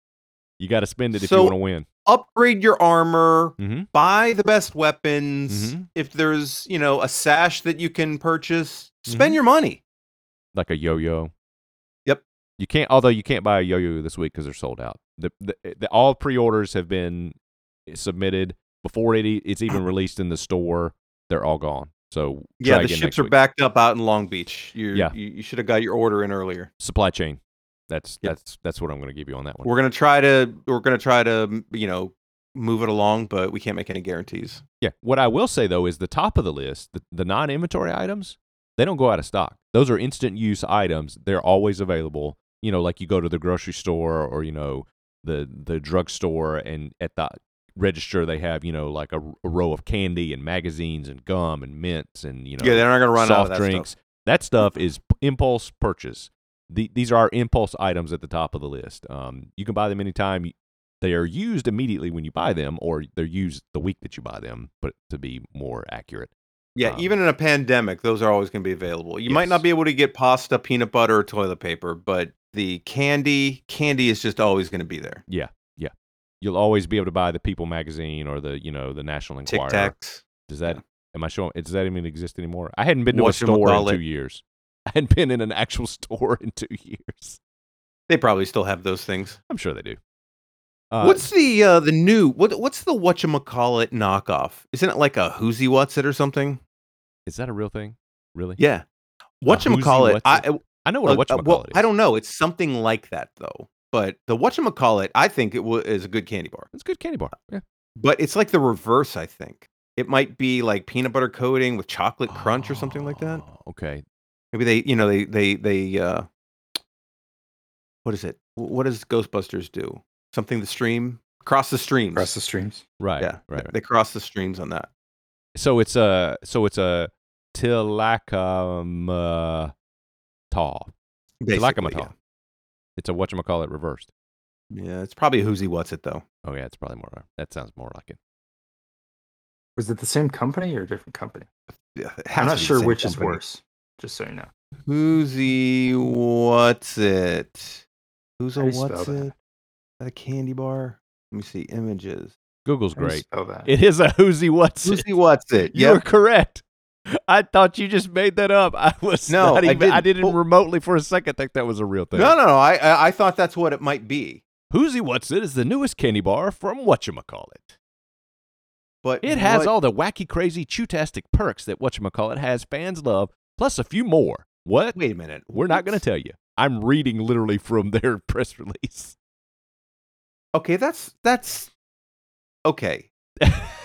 S1: You got to spend it if you
S2: So-
S1: want to win.
S2: Upgrade your armor,
S1: Mhm.
S2: buy the best weapons.
S1: Mhm.
S2: If there's, you know, a sash that you can purchase, spend
S1: Mm-hmm.
S2: your money.
S1: Like a yo-yo.
S2: Yep.
S1: You can't. Although you can't buy a yo-yo this week because they're sold out. The, the, eh, the all pre-orders have been eh, submitted before it, e- it's even released in the store. They're all gone. So
S2: Yeah,
S1: try
S2: the
S1: again
S2: ships
S1: next
S2: are
S1: week.
S2: backed up out in Long Beach. You,
S1: Yeah.
S2: you, you should have got your order in earlier.
S1: Supply chain. That's
S2: Yep.
S1: that's that's what I'm going to give you on that one.
S2: We're gonna try to we're gonna try to m- you know move it along, but we can't make any guarantees.
S1: Yeah. What I will say though is the top of the list, the, the non-inventory items, they don't go out of stock. Those are instant use items. They're always available. You know, like you go to the grocery store or you know the the drugstore, and at the register they have you know like a, a row of candy and magazines and gum and mints and you know
S2: yeah, they're not gonna run out
S1: soft
S2: of that
S1: drinks.
S2: stuff.
S1: That stuff is p- impulse purchase. The, these are our impulse items at the top of the list. Um, you can buy them anytime. They are used immediately when you buy them, or they're used the week that you buy them. But to be more accurate,
S2: Yeah,
S1: Um,
S2: even in a pandemic, those are always gonna be available. You might
S1: Yes.
S2: not be able to get pasta, peanut butter, or toilet paper, but the candy candy is just always gonna be there.
S1: you'll always be able to buy the People magazine or the you know the National
S2: Tic
S1: Enquirer.
S2: Tacs.
S1: Does that
S2: yeah.
S1: am I showing? Does that even exist anymore? I hadn't been to a
S2: Whatchamacallit.
S1: store in two years. I hadn't been in an actual store in two years.
S2: They probably still have those things.
S1: I'm sure they do. Uh,
S2: what's the uh, the new what what's the whatchamacallit knockoff? Isn't it like a whoozy what's it or something?
S1: is that a real thing? Really?
S2: Yeah.
S1: Who's He
S2: Whatchamacallit.
S1: What's It?
S2: I
S1: I know what
S2: Uh,
S1: a
S2: uh, well,
S1: whatchamacallit is.
S2: I don't know. It's something like that though. But the whatchamacallit, I think it wa is a good candy bar.
S1: It's a good candy bar. Yeah.
S2: But it's like the reverse, I think. It might be like peanut butter coating with chocolate crunch or something like that.
S1: Oh, Okay.
S2: Maybe they, you know, they they they uh what is it? Wh- What does Ghostbusters do? Something the stream? Cross the streams.
S3: Across the streams.
S1: Right.
S2: yeah.
S1: Right.
S2: They,
S1: right.
S2: they cross the streams on that.
S1: So it's a so it's a uh, tilacamata.
S2: Basically,
S1: Tilacamata. It's a whatchamacallit reversed.
S2: Yeah. yeah, it's probably who's he what's it though.
S1: Oh yeah, it's probably more. That sounds more like it.
S3: Was it the same company or a different company?
S2: Yeah, it has
S3: I'm
S2: to
S3: not
S2: be the
S3: sure
S2: same
S3: which is
S2: company.
S3: worse. Just so you know.
S2: Who's he? What's it? Who's
S3: How
S2: a
S3: do you spell
S2: what's
S3: that?
S2: it? A candy bar. Let me see images.
S1: Google's
S3: How do you
S1: great.
S3: Spell that.
S1: It is a whoozy what's
S2: Who's
S1: it.
S2: he? What's it?
S1: You were
S2: Yep.
S1: correct. I thought you just made that up. I was
S2: No,
S1: not
S2: I
S1: even, I
S2: didn't.
S1: didn't
S2: Well-
S1: remotely for a second think that was a real thing.
S2: No, no, no. I, I I thought that's what it might be,
S1: Whoozy What's It is the newest candy bar from whatchamacallit.
S2: but
S1: It has
S2: what-
S1: all the wacky, crazy, chewtastic perks that whatchamacallit has fans love, plus a few more. What?
S2: Wait a minute.
S1: We're not going to tell you. I'm reading literally from their press release.
S2: Okay, that's that's okay.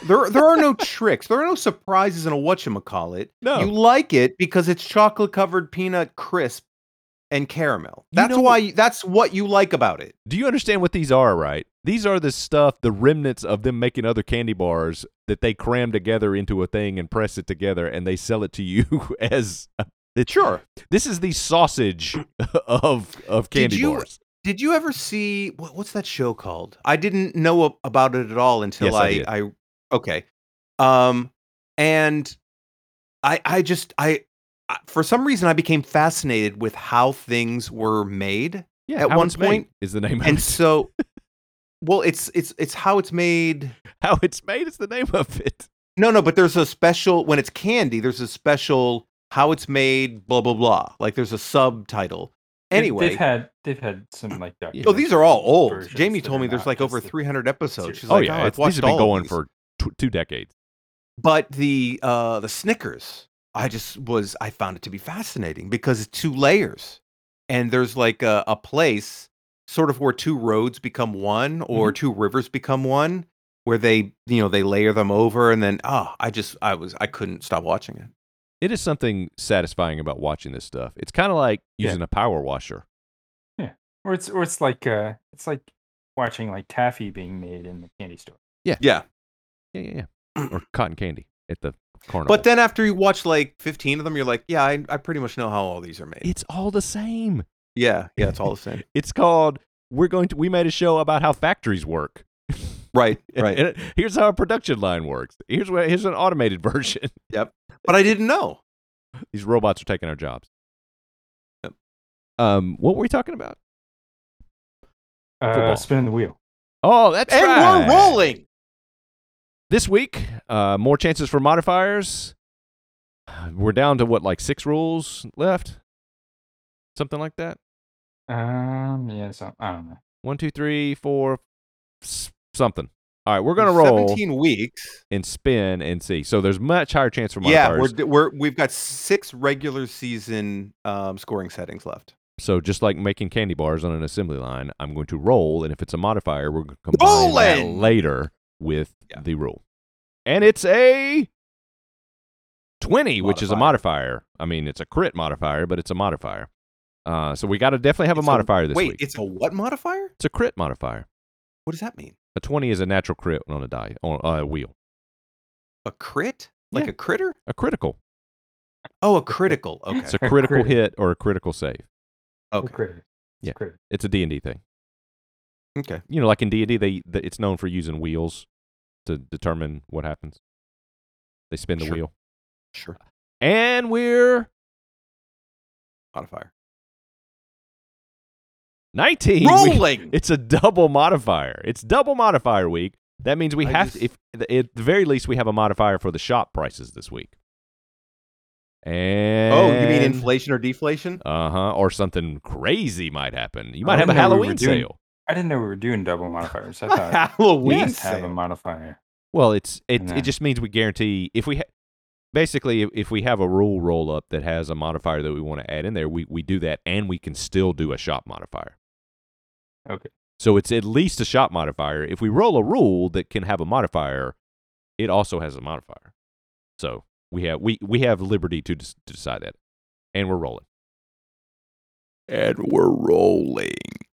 S2: there there are no tricks. There are no surprises in a whatchamacallit.
S1: No.
S2: You like it because it's chocolate covered peanut crisp and caramel.
S1: You
S2: That's
S1: know-
S2: why you, that's what you like about it.
S1: Do you understand what these are, right? These are the stuff, the remnants of them making other candy bars that they cram together into a thing and press it together and they sell it to you as That
S2: Sure.
S1: This is the sausage of of
S2: Did
S1: candy
S2: you-
S1: bars.
S2: Did you ever see what, what's that show called? I didn't know a- about it at all until
S1: Yes, I
S2: I,
S1: did.
S2: I, okay, um, and I I just I, I for some reason I became fascinated with how things were made,
S1: Yeah,
S2: at
S1: How
S2: one
S1: It's Made
S2: point-
S1: is the name of
S2: and
S1: it.
S2: so, well, it's it's it's how it's made.
S1: How it's made is the name of it.
S2: No, no, but there's a special when it's candy. There's a special how it's made. Blah blah blah. Like there's a subtitle. Anyway,
S3: they've had they've had some like.
S2: oh, these are all old.
S3: versions
S2: Jamie
S3: that
S2: told
S3: are
S2: me there's
S3: not
S2: like
S3: just
S2: over
S3: the-
S2: 300 episodes.
S3: series.
S2: She's
S1: Oh
S2: like,
S1: yeah,
S2: I've
S1: it's, these have
S2: watched all
S1: been
S2: of
S1: going
S2: these."
S1: for tw- two decades.
S2: But the uh, the Snickers, I just was I found it to be fascinating because it's two layers, and there's like a, a place sort of where two roads become one
S1: Mm-hmm.
S2: or two rivers become one, where they you know they layer them over, and then ah, I just I was I couldn't stop watching it.
S1: It is something satisfying about watching this stuff. It's kind of like
S3: Yeah.
S1: using a power washer.
S3: or it's or it's like uh, it's like watching like taffy being made in the candy store.
S2: Yeah,
S1: Yeah, yeah, yeah. or cotton candy at the carnival.
S2: but then after you watch like 15 of them, you're like, yeah, I, I pretty much know how all these are made.
S1: it's all the same.
S2: yeah, yeah, it's all the same.
S1: It's called we're going to we made a show about how factories work.
S2: right, right.
S1: And here's how a production line works. Here's where here's an automated version.
S2: but I didn't know.
S1: These robots are taking our jobs.
S2: Yep.
S1: Um, what were we talking about? Football.
S3: Uh, spinning the wheel.
S1: Oh, that's
S2: And
S1: right.
S2: we're rolling.
S1: this week. Uh, more chances for modifiers. We're down to what, like six rules left, something like that.
S3: Um, yeah, so I don't know.
S1: One, two, three, four, s- something. All right, we're gonna roll
S2: 17 weeks.
S1: and spin and see. So there's much higher chance for
S2: Yeah,
S1: modifiers.
S2: we're, d- we're we've got six regular season um, scoring settings left.
S1: so just like making candy bars on an assembly line, I'm going to roll, and if it's a modifier, we're going to combine that
S2: Rolling!
S1: later with
S2: Yeah.
S1: the rule. And it's a twenty, which is a modifier. I mean, it's a crit modifier, but it's a modifier. Uh, so we got to definitely have a
S2: It's a-
S1: modifier this
S2: Wait,
S1: week.
S2: it's a what modifier?
S1: It's a crit modifier.
S2: What does that mean?
S1: A 20 is a natural crit on a die on a wheel.
S2: A crit? Like
S1: Yeah.
S2: a critter?
S1: A critical.
S2: Oh, a critical. Okay.
S1: It's a
S3: A
S1: critical
S3: crit.
S1: hit or a critical save.
S2: okay.
S3: Critter.
S1: Yeah.
S3: Critter.
S1: It's a D&D thing.
S2: Okay.
S1: You know, like in D&D they, th- it's known for using wheels to determine what happens. They spin the
S2: Sure.
S1: wheel.
S2: Sure.
S1: And we're
S2: Modifier.
S1: 19. We-
S2: Rolling.
S1: it's a double modifier. It's double modifier week. That means we
S2: I
S1: have
S2: just-
S1: to, if at the very least we have a modifier for the shop prices this week. And
S2: Oh, you mean inflation or deflation?
S1: Uh huh. Or something crazy might happen. You might
S3: I
S1: have a
S3: didn't know we were
S1: Halloween
S3: doing-
S1: sale.
S3: I didn't know we were doing double modifiers. I thought we
S2: Halloween.
S3: just have a
S2: sale.
S3: modifier.
S1: Well, it's it.
S3: Nah.
S1: It just means we guarantee if we ha- basically if, if we have a rule roll up that has a modifier that we want to add in there, we we do that, and we can still do a shop modifier.
S3: Okay.
S1: So it's at least a shop modifier. If we roll a rule that can have a modifier, it also has a modifier. So we have we we have liberty to, des- to decide that, and we're rolling.
S2: And we're rolling.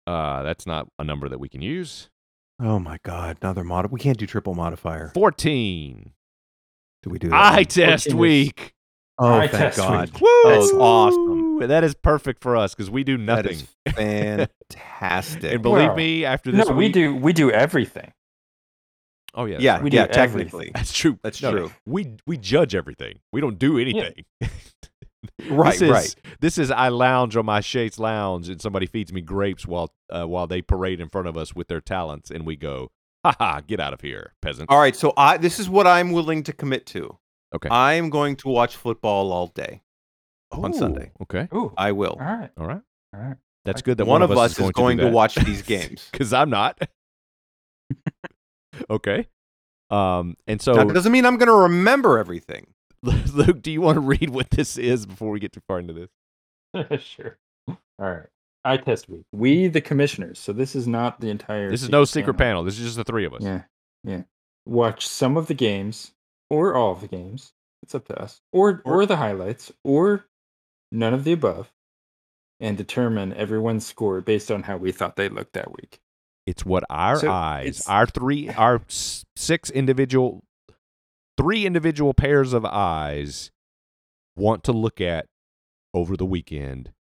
S1: Uh, that's not a number that we can use.
S2: Oh my God! Another mod. We can't do triple modifier.
S1: Fourteen.
S2: Do we do that?
S1: Eye test
S3: 14 is-
S1: week.
S2: oh,
S3: eye
S2: thank
S3: test
S2: God.
S3: week.
S1: Woo!
S2: That's awesome.
S1: That is perfect for us because we do nothing.
S2: That is fantastic.
S1: and believe
S3: Well,
S1: me, after
S3: No,
S1: this, e
S3: we
S1: week-
S3: do. We do everything.
S1: Oh yeah, that's
S2: yeah,
S1: right.
S3: we do
S2: yeah,
S3: everything.
S2: technically.
S1: That's true.
S2: That's
S1: No,
S2: true.
S1: We we judge everything. We don't do anything.
S2: Right,
S1: this is,
S2: right.
S1: This is I lounge on my Shades lounge and somebody feeds me grapes while uh, while they parade in front of us with their talents and we go, ha ha, get out of here, peasant.
S2: All right, so I this is what I'm willing to commit to.
S1: Okay.
S2: I am going to watch football all day. on Sunday.
S1: Okay.
S3: Ooh.
S2: I will.
S3: Oh. all right.
S1: All right.
S3: All right.
S1: That's good that
S2: One
S1: one,
S2: of us is
S1: going,
S2: going
S1: to,
S2: to watch these games.
S1: because I'm not. okay. Um, and so
S2: Now, that doesn't mean I'm going to remember everything.
S1: Luke, do you want to read what this is before we get too far into this?
S3: sure. All right. Eye test week. We the commissioners. So this is not the entire.
S1: This is no secret panel. This is just the three of us.
S3: Yeah. Yeah. Watch some of the games or all of the games. It's up to us. Or or, the highlights or none of the above and determine everyone's score based on how we thought they looked that week.
S1: It's what our
S3: So,
S1: eyes,
S3: it's-
S1: our three, our s- six individual, three individual pairs of eyes want to look at over the weekend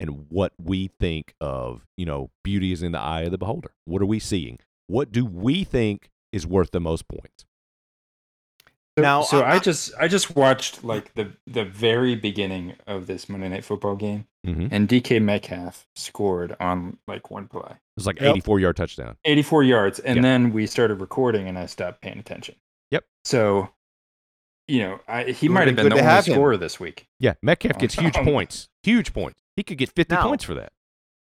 S1: and what we think of, you know, beauty is in the eye of the beholder. What are we seeing? What do we think is worth the most points?
S3: So,
S2: Now,
S3: so
S2: I-
S3: I, just I just watched like the the very beginning of this Monday Night Football game,
S1: Mm-hmm.
S3: and DK Metcalf scored on like one play,
S1: It's like
S2: Yep.
S1: 84 yard touchdown.
S3: 84 yards, and
S1: Yeah.
S3: then we started recording, and I stopped paying attention.
S1: Yep.
S3: So, you know, I, he
S2: It would've
S3: might have
S2: been good
S3: been the
S2: to
S3: only
S2: have him.
S3: scorer this week.
S1: Yeah, Metcalf gets huge
S3: Um,
S1: points. Huge points. He could get 50
S2: Now-
S1: points for that.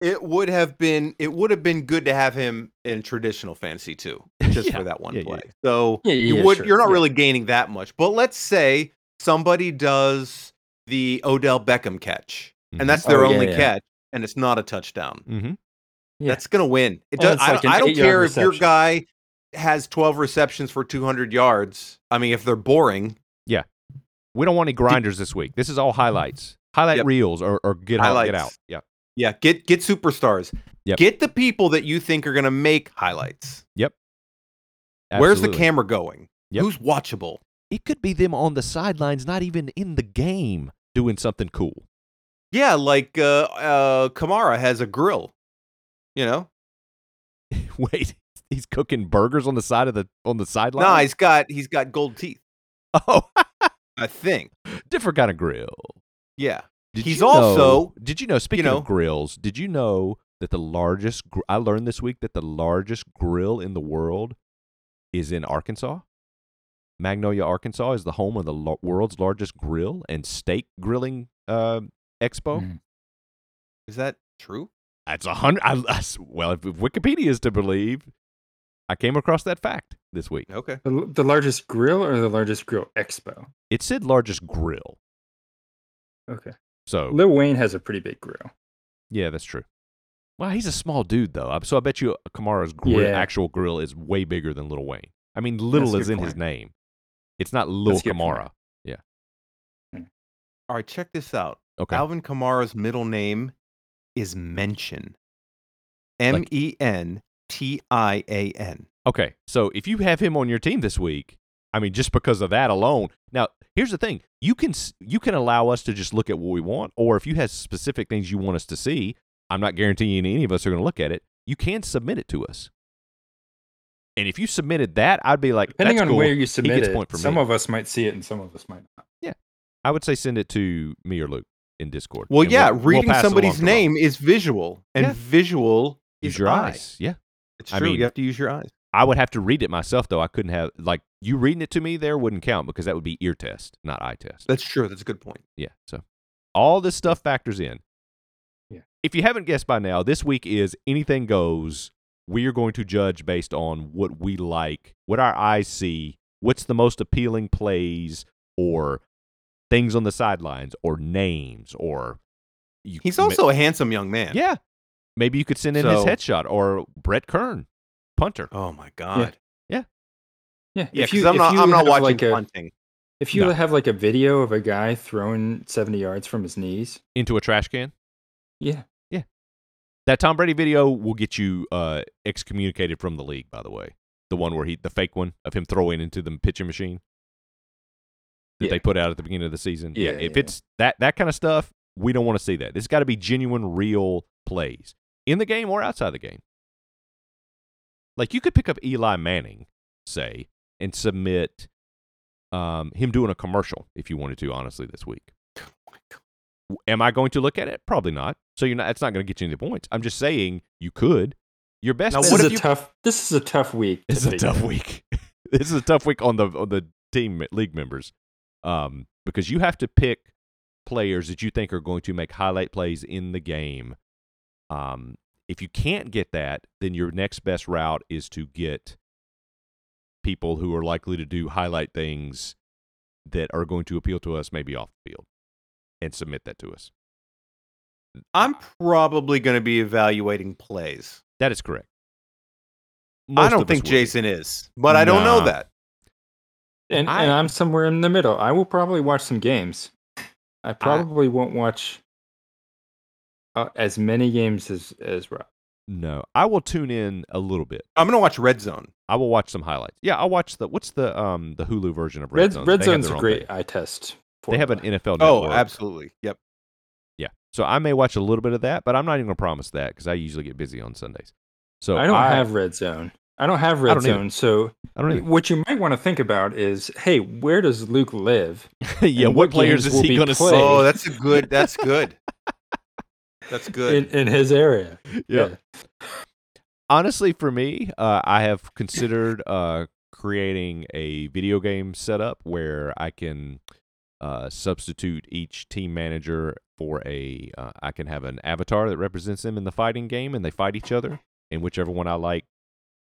S2: It would have been it would have been good to have him in traditional fantasy too, just
S1: Yeah,
S2: for that one
S1: yeah, yeah,
S2: play. So
S3: Yeah,
S2: you
S3: yeah,
S2: would
S3: sure,
S2: you're not
S3: yeah.
S2: really gaining that much. But let's say somebody does the Odell Beckham catch,
S1: Mhm.
S2: and that's their
S3: Oh, yeah,
S2: only
S3: yeah.
S2: catch, and it's not a touchdown.
S1: Mm-hmm.
S3: Yeah.
S2: That's gonna win. It
S3: Well,
S2: does.
S3: it's
S2: I,
S3: like an
S2: I don't
S3: eight-yard
S2: care if your
S3: reception.
S2: guy has 12 receptions for 200 yards. I mean, if they're boring,
S1: We don't want any grinders this week. This is all highlights, highlight
S2: Yep.
S1: reels, or, or get out, get
S2: Highlights.
S1: out. Yeah,
S2: yeah, get get superstars.
S1: Yep.
S2: Get the people that you think are gonna make highlights. Where's the
S1: absolutely.
S2: camera going?
S1: Yep.
S2: Who's watchable?
S1: It could be them on the sidelines, not even in the game, doing something cool.
S2: Yeah, like uh, uh, Kamara has a grill. You know,
S1: Wait, he's cooking burgers on the side of the on the sideline.
S2: no, he's got he's got gold teeth.
S1: Oh,
S2: I think.
S1: different kind of grill.
S2: Yeah,
S1: Did
S2: He's
S1: you know-
S2: also-
S1: Did you know? Speaking
S2: know-
S1: of grills, did you know that the largest? Gr- I learned this week that the largest grill in the world is in Arkansas. Magnolia, Arkansas, is the home of the lo- world's largest grill and steak grilling uh, expo.
S3: Mm.
S2: is that true?
S1: That's a hundred. I, I s- well, if, if Wikipedia is to believe, I came across that fact this week.
S2: Okay.
S3: The, the largest grill or the largest grill expo?
S1: It said largest grill.
S3: Okay.
S1: So
S3: Lil Wayne has a pretty big grill.
S1: Yeah, that's true. Well, he's a small dude though, I- so I bet you uh, Kamara's grill,
S3: Yeah.
S1: actual grill is way bigger than Little Wayne. I mean, Little
S3: That's a
S1: is
S3: good
S1: in his
S3: point.
S1: name. It's not Little
S3: That's a good point.
S1: Kamara.
S2: All right, check this out.
S1: Okay.
S2: Alvin Kamara's middle name is Mention. M
S1: Like-
S2: E N T I A N.
S1: Okay. So if you have him on your team this week, I mean, just because of that alone. Now, here's the thing: you can s- you can allow us to just look at what we want, or if you have specific things you want us to see, I'm not guaranteeing any of us are going to look at it. You can submit it to us. And if you submitted that, I'd be like,
S3: Depending
S1: that's
S3: on
S1: cool.
S3: where you submit
S1: gets
S3: it,
S1: point for
S3: some
S1: me.
S3: of us might see it and some of us might not.
S1: I would say send it to me or Luke in Discord.
S2: Well,
S1: and
S2: yeah,
S1: we'll- we'll
S2: reading
S1: pass it along
S2: somebody's
S1: to Ron.
S2: name is visual, and
S1: Yeah.
S2: visual
S1: Use
S2: is
S1: your
S2: eye.
S1: eyes. Yeah,
S2: It's
S1: I
S2: true.
S1: mean-
S2: you have to use your eyes.
S1: I would have to read it myself though. I couldn't have like you reading it to me there wouldn't count because that would be ear test, not eye test.
S2: That's true. That's a good point.
S1: Yeah, so all this stuff factors in.
S3: Yeah.
S1: If you haven't guessed by now, this week is anything goes. We are going to judge based on what we like, what our eyes see, what's the most appealing plays, or things on the sidelines, or names, or you,
S2: He's
S1: ma-
S2: also a handsome young man.
S1: Yeah. Maybe you could send in his
S2: So-
S1: headshot or Brett Kern, punter.
S2: Oh my god.
S3: Yeah.
S2: Yeah,
S3: if
S2: because
S3: you,
S2: I'm
S3: if
S2: not.
S3: you
S2: I'm not
S3: have,
S2: watching
S3: like a,
S2: punting.
S3: If you
S1: No.
S3: have like a video of a guy throwing 70 yards from his knees,
S1: Into a trash can.
S3: yeah.
S1: That Tom Brady video will get you uh, excommunicated from the league, by the way. The one where he, the fake one of him throwing into the pitching machine that
S3: Yeah.
S1: they put out at the beginning of the season.
S3: Yeah,
S1: if
S3: yeah.
S1: it's that, that kind of stuff, we don't want to see that. It's got to be genuine, real plays in the game or outside the game. Like you could pick up Eli Manning, say, and submit um, him doing a commercial if you wanted to, honestly, this week.
S2: Oh
S1: W- Am I going to look at it? Probably not. So you're not. That's not going to get you any points. I'm just saying you could. Your best.
S2: Now,
S3: This
S2: what
S3: is
S2: if
S3: a
S2: you-
S3: tough this is a tough week. to
S1: This is a
S3: figure
S1: tough
S3: out.
S1: week. this is a tough week on the on the team league members, um, because you have to pick players that you think are going to make highlight plays in the game. Um, if you can't get that, then your next best route is to get people who are likely to do highlight things that are going to appeal to us, maybe off the field, and submit that to us.
S2: I'm probably going to be evaluating plays.
S1: That is correct.
S2: I
S1: Most of
S2: don't
S1: us
S2: think
S1: will be.
S2: Jason is, but I don't know
S1: Nah.
S2: that.
S3: And,
S1: I-
S3: and I'm somewhere in the middle. I will probably watch some games. I probably won't watch uh, as many games as as Rob.
S1: No, I will tune in a little bit.
S2: I'm going to watch Red Zone.
S1: I will watch some highlights. Yeah, I'll watch the what's the um the Hulu version of Red,
S3: Red,
S1: Zone.
S3: Red
S1: They have
S3: Zone's
S1: their
S3: a
S1: own
S3: great Oh,
S1: thing.
S3: eye test.
S1: They have an
S3: formula.
S1: NFL network.
S2: Oh, absolutely. Yep.
S1: So I may watch a little bit of that, but I'm not even going to promise that because I usually get busy on Sundays. So
S3: I don't have Red Zone. I don't have Red
S1: don't either.
S3: Zone. So
S1: I don't even,
S3: what you might want to think about is, hey, where does Luke live?
S1: yeah,
S3: And
S1: what,
S3: what
S1: players is
S3: games will
S1: he
S3: be
S1: going to
S3: played?
S1: say?
S2: Oh, that's a good. That's good. That's
S3: In,
S2: good.
S3: in his area.
S1: Yeah. Honestly, for me, uh, I have considered uh, creating a video game setup where I can uh, substitute each team manager for a. Uh, I can have an avatar that represents them in the fighting game, and they fight each other. And whichever one I like,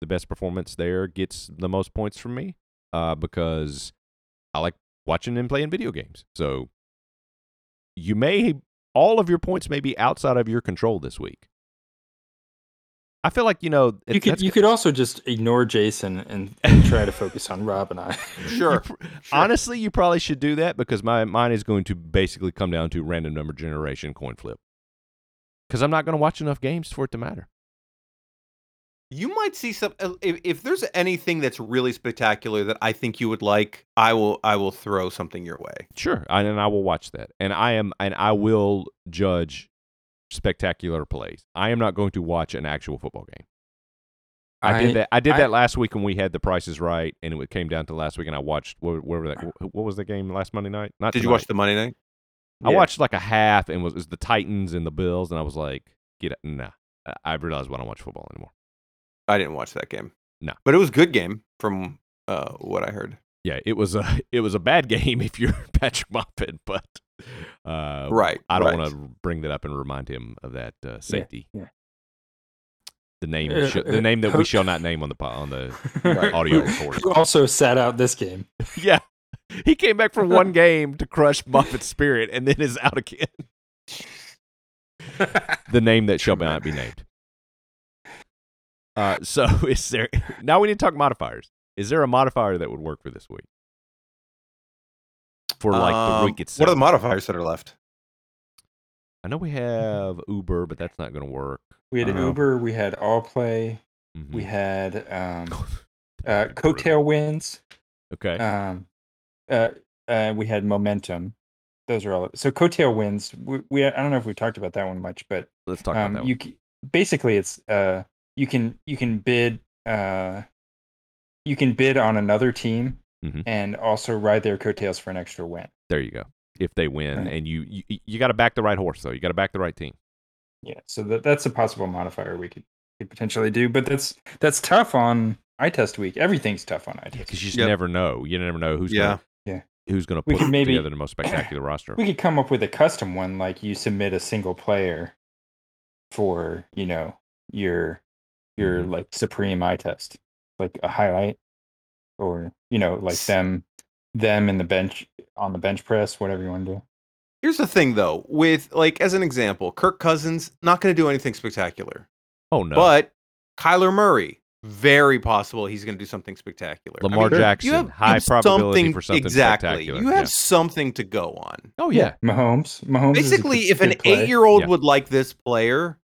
S1: the best performance there gets the most points from me uh, because I like watching and playing video games. So you may all of your points may be outside of your control this week. I feel like you know
S3: You
S1: it-
S3: could
S1: that's-
S3: you could also just ignore Jason and, and try to focus on Rob and I.
S2: Sure.
S1: pr-
S2: sure.
S1: Honestly, you probably should do that because my mine is going to basically come down to random number generation coin flip. Because I'm not going to watch enough games for it to matter.
S2: You might see some. uh, If, if there's anything that's really spectacular that I think you would like, I will. I will throw something your way.
S1: Sure, and, and I will watch that, and I am, and I will judge spectacular plays. I am not going to watch an actual football game. I, did that. I did
S3: I-
S1: that last week when we had the prices right, and it came down to last week, and I watched what, what, were that, what was the game last Monday night? Not
S2: Did you
S1: tonight.
S2: watch the Monday night?
S1: I
S3: Yeah.
S1: watched like a half, and was, it was the Titans and the Bills, and I was like, get it, nah. I- I realized I don't watch football anymore.
S2: I didn't watch that game.
S1: No.
S2: but it was a good game from uh, what I heard.
S1: Yeah, it was a it was a bad game if you're Patrick Moffat, but uh,
S2: right.
S1: I don't
S2: right.
S1: want to bring that up and remind him of that uh, safety.
S3: yeah.
S1: The name,
S3: Uh,
S1: sh-
S3: uh,
S1: the name that we
S3: who-
S1: shall not name on the po- on the
S2: Right.
S1: audio
S3: Who-
S1: recording.
S3: who also sat out this game.
S1: yeah, he came back for one game to crush Muppet's spirit, and then is out again. the name that shall not be named. Uh, so is there? Now we need to talk modifiers. Is there a modifier that would work for this week? For like the
S2: Um,
S1: week itself.
S2: What are the modifiers that are left?
S1: I know we have Uber, but that's not going to work.
S3: We had
S1: Uh-oh.
S3: Uber, we had All Play,
S1: Mhm.
S3: we had um, uh,
S1: That'd be brutal.
S3: Coattail Wins,
S1: Okay.
S3: um, uh, uh, we had Momentum. Those are all. So Coattail Wins. We, we I don't know if we talked about that one much, but
S1: Let's talk about
S3: um,
S1: that
S3: you c- basically it's uh you can you can bid uh you can bid on another team
S1: Mhm.
S3: and also ride their coattails for an extra win.
S1: one. There you go. If they win,
S3: Right.
S1: and you you, you got to back the right horse, though. You got to back the right team.
S3: Yeah, so that, that's a possible modifier we could, could potentially do, but that's that's tough on eye test week. Everything's tough on eye test.
S1: because you just
S2: Yep.
S1: never know. You never know who's
S2: Yeah.
S1: gonna,
S3: Yeah.
S1: who's going to
S3: We
S1: put
S3: could maybe-
S1: together the most spectacular roster.
S3: We could come up with a custom one, like you submit a single player for you know your your
S1: Mhm.
S3: like supreme eye test, like a highlight, or you know like
S2: S-
S3: them them in the bench on the bench press, whatever you want to do.
S2: Here's the thing, though. With like as an example, Kirk Cousins not going to do anything spectacular,
S1: oh no,
S2: but Kyler Murray, very possible he's going to do something spectacular. I mean,
S1: Lamar
S3: Sure.
S1: Jackson, high probability
S2: something-
S1: for something
S2: exactly.
S1: spectacular.
S2: You have
S1: Yeah.
S2: something to go on.
S1: oh yeah,
S3: Mahomes. Mahomes. is a
S2: Basically,
S3: good-
S2: if an
S3: good player.
S2: eight-year-old
S1: Yeah.
S2: would like this player,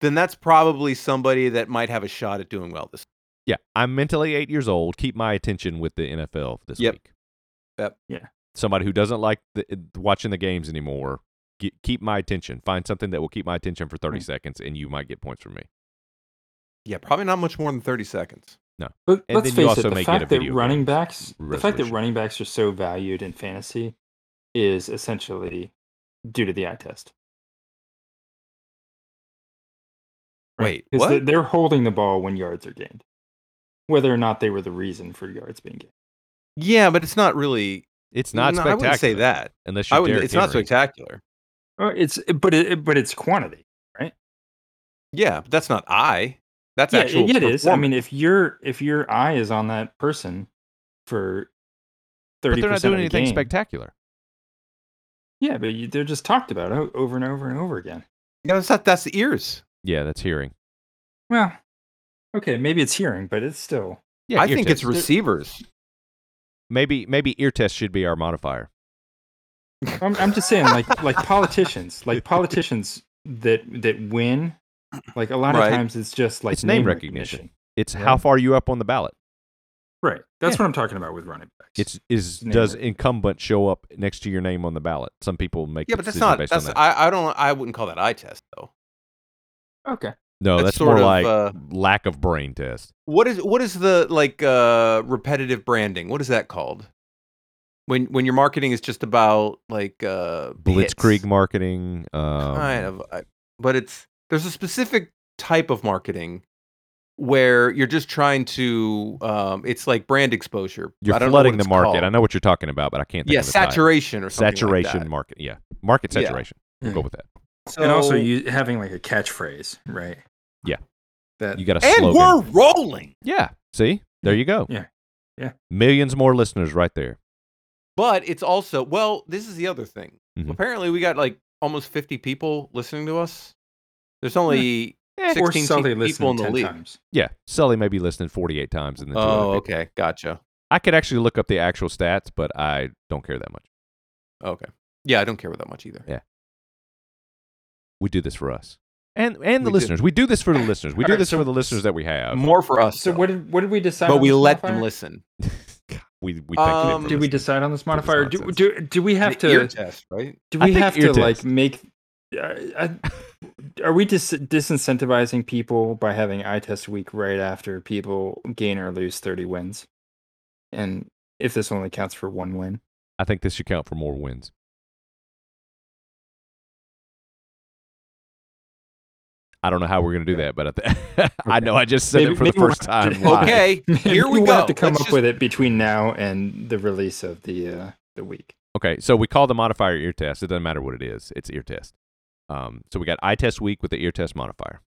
S2: then that's probably somebody that might have a shot at doing well this.
S1: yeah. I'm mentally eight years old. Keep my attention with the NFL this
S2: Yep.
S1: week.
S2: Yep.
S3: Yeah.
S1: Somebody who doesn't like the, eh, watching the games anymore, ge- keep my attention. Find something that will keep my attention for 30
S3: Hmm.
S1: seconds, and you might get points from me.
S2: Yeah, probably not much more than thirty seconds.
S3: But
S1: And
S3: let's
S1: then you
S3: face
S1: also
S3: it, the
S1: make it a
S3: fact that
S1: video
S3: running
S1: game
S3: backs, the fact that
S1: resolution.
S3: running backs are so valued in fantasy, is essentially due to the eye test.
S2: Wait,
S3: Because
S2: what?
S3: they're holding the ball when yards are gained, whether or not they were the reason for yards being gained.
S2: Yeah, but it's not really.
S1: It's not
S2: no, I
S1: spectacular.
S2: wouldn't say that.
S1: unless you.
S2: I wouldn't.
S1: Derrick
S2: It's not
S1: Henry.
S2: spectacular.
S3: Oh, it's but it but it's quantity.
S2: Yeah, but that's not I. That's
S3: yeah,
S2: actual.
S3: yeah, it is. I
S2: performance.
S3: mean, if your if your eye is on that person for
S1: But
S3: thirty
S1: they're not
S3: percent
S1: doing
S3: of the
S1: anything
S3: game,
S1: spectacular.
S3: yeah, but you, they're just talked about o- over and over and over again.
S2: no, it's not. That's the ears.
S1: Yeah, that's hearing.
S3: Well, okay, maybe it's hearing, but it's still
S1: Yeah,
S2: I
S1: ear
S2: think it's
S1: test.
S2: receivers.
S1: maybe maybe ear test should be our modifier.
S3: I'm, I'm just saying, like like politicians, like politicians that that win, like a lot
S2: Right.
S3: of times it's just like
S1: It's name recognition. It's how
S3: Right.
S1: far you up on the ballot.
S3: Right. That's what I'm talking about with running backs.
S1: It's is
S3: Name
S1: does
S3: it.
S1: incumbent show up next to your name on the ballot? Some people make
S2: Yeah,
S1: the
S2: but that's
S1: decision
S2: not.
S1: based
S2: That's
S1: on that.
S2: I, I don't. I wouldn't call that eye test though.
S3: okay.
S1: no,
S2: that's
S1: that's, more
S2: sort of,
S1: like
S2: uh,
S1: lack of brain test.
S2: What is what is the like uh repetitive branding? What is that called? When when your marketing is just about like uh hits.
S1: Blitzkrieg marketing. Um,
S2: kind of I- but it's there's a specific type of marketing where you're just trying to um it's like brand exposure
S1: You're
S2: I don't know what
S1: flooding the
S2: it's
S1: market.
S2: called.
S1: I know what you're talking about, but I can't. Think
S2: yeah
S1: of the title.
S2: saturation or something like
S1: saturation
S2: that.
S1: market. Yeah, market
S2: Yeah.
S1: saturation. We'll go with that.
S2: so,
S3: and also you having like a catchphrase, right?
S1: Yeah.
S3: That
S1: You got a
S2: and
S1: slogan.
S2: we're rolling
S1: yeah. See, there you go.
S3: Yeah. Yeah.
S1: Millions more listeners right there.
S2: but it's also well this is the other thing
S1: Mhm.
S2: apparently we got like almost 50 people listening to us there's only
S1: Eh.
S3: or
S2: 16
S3: Sully
S2: people
S3: listening
S2: in the
S3: ten
S2: league.
S3: times.
S1: Yeah, Sully may be listening 48 times in the. two other
S2: oh
S1: people.
S2: okay gotcha
S1: I could actually look up the actual stats, but I don't care that much.
S2: okay yeah i don't care about that much either
S1: We do this for us and and the
S2: We do.
S1: listeners. We do this for the listeners. We
S3: All
S1: do
S3: right,
S1: this
S3: so-
S1: for the listeners that we have.
S2: more for us
S3: So
S2: though.
S3: what did what did we decide?
S2: but
S3: on
S2: we
S3: this
S2: let
S3: modifier?
S2: them listen
S1: we we thank you.
S2: Um,
S1: for
S3: Did we
S1: listening.
S3: decide on this
S1: That was
S3: modifier? Do,
S1: nonsense.
S3: do do we have
S2: The ear
S3: to
S2: test right
S3: do
S1: I
S3: we
S1: think
S3: have
S1: ear
S3: to like
S1: test.
S3: make? I, I, are we dis- disincentivizing people by having eye test week right after people gain or lose thirty wins? And if this only counts for one win,
S1: I think this should count for more wins. I don't know how we're going to do that, but I, th- I know I just said
S3: Maybe-
S1: it for the
S3: maybe we'll
S1: first
S3: have to-
S1: time. live.
S2: Okay, here we
S3: we'll
S2: go.
S3: have to come
S2: Let's
S3: up
S2: just-
S3: with it between now and the release of the uh, the week.
S1: Okay, so we call the modifier ear test. It doesn't matter what it is. It's ear test. Um, so we got eye test week with the ear test modifier,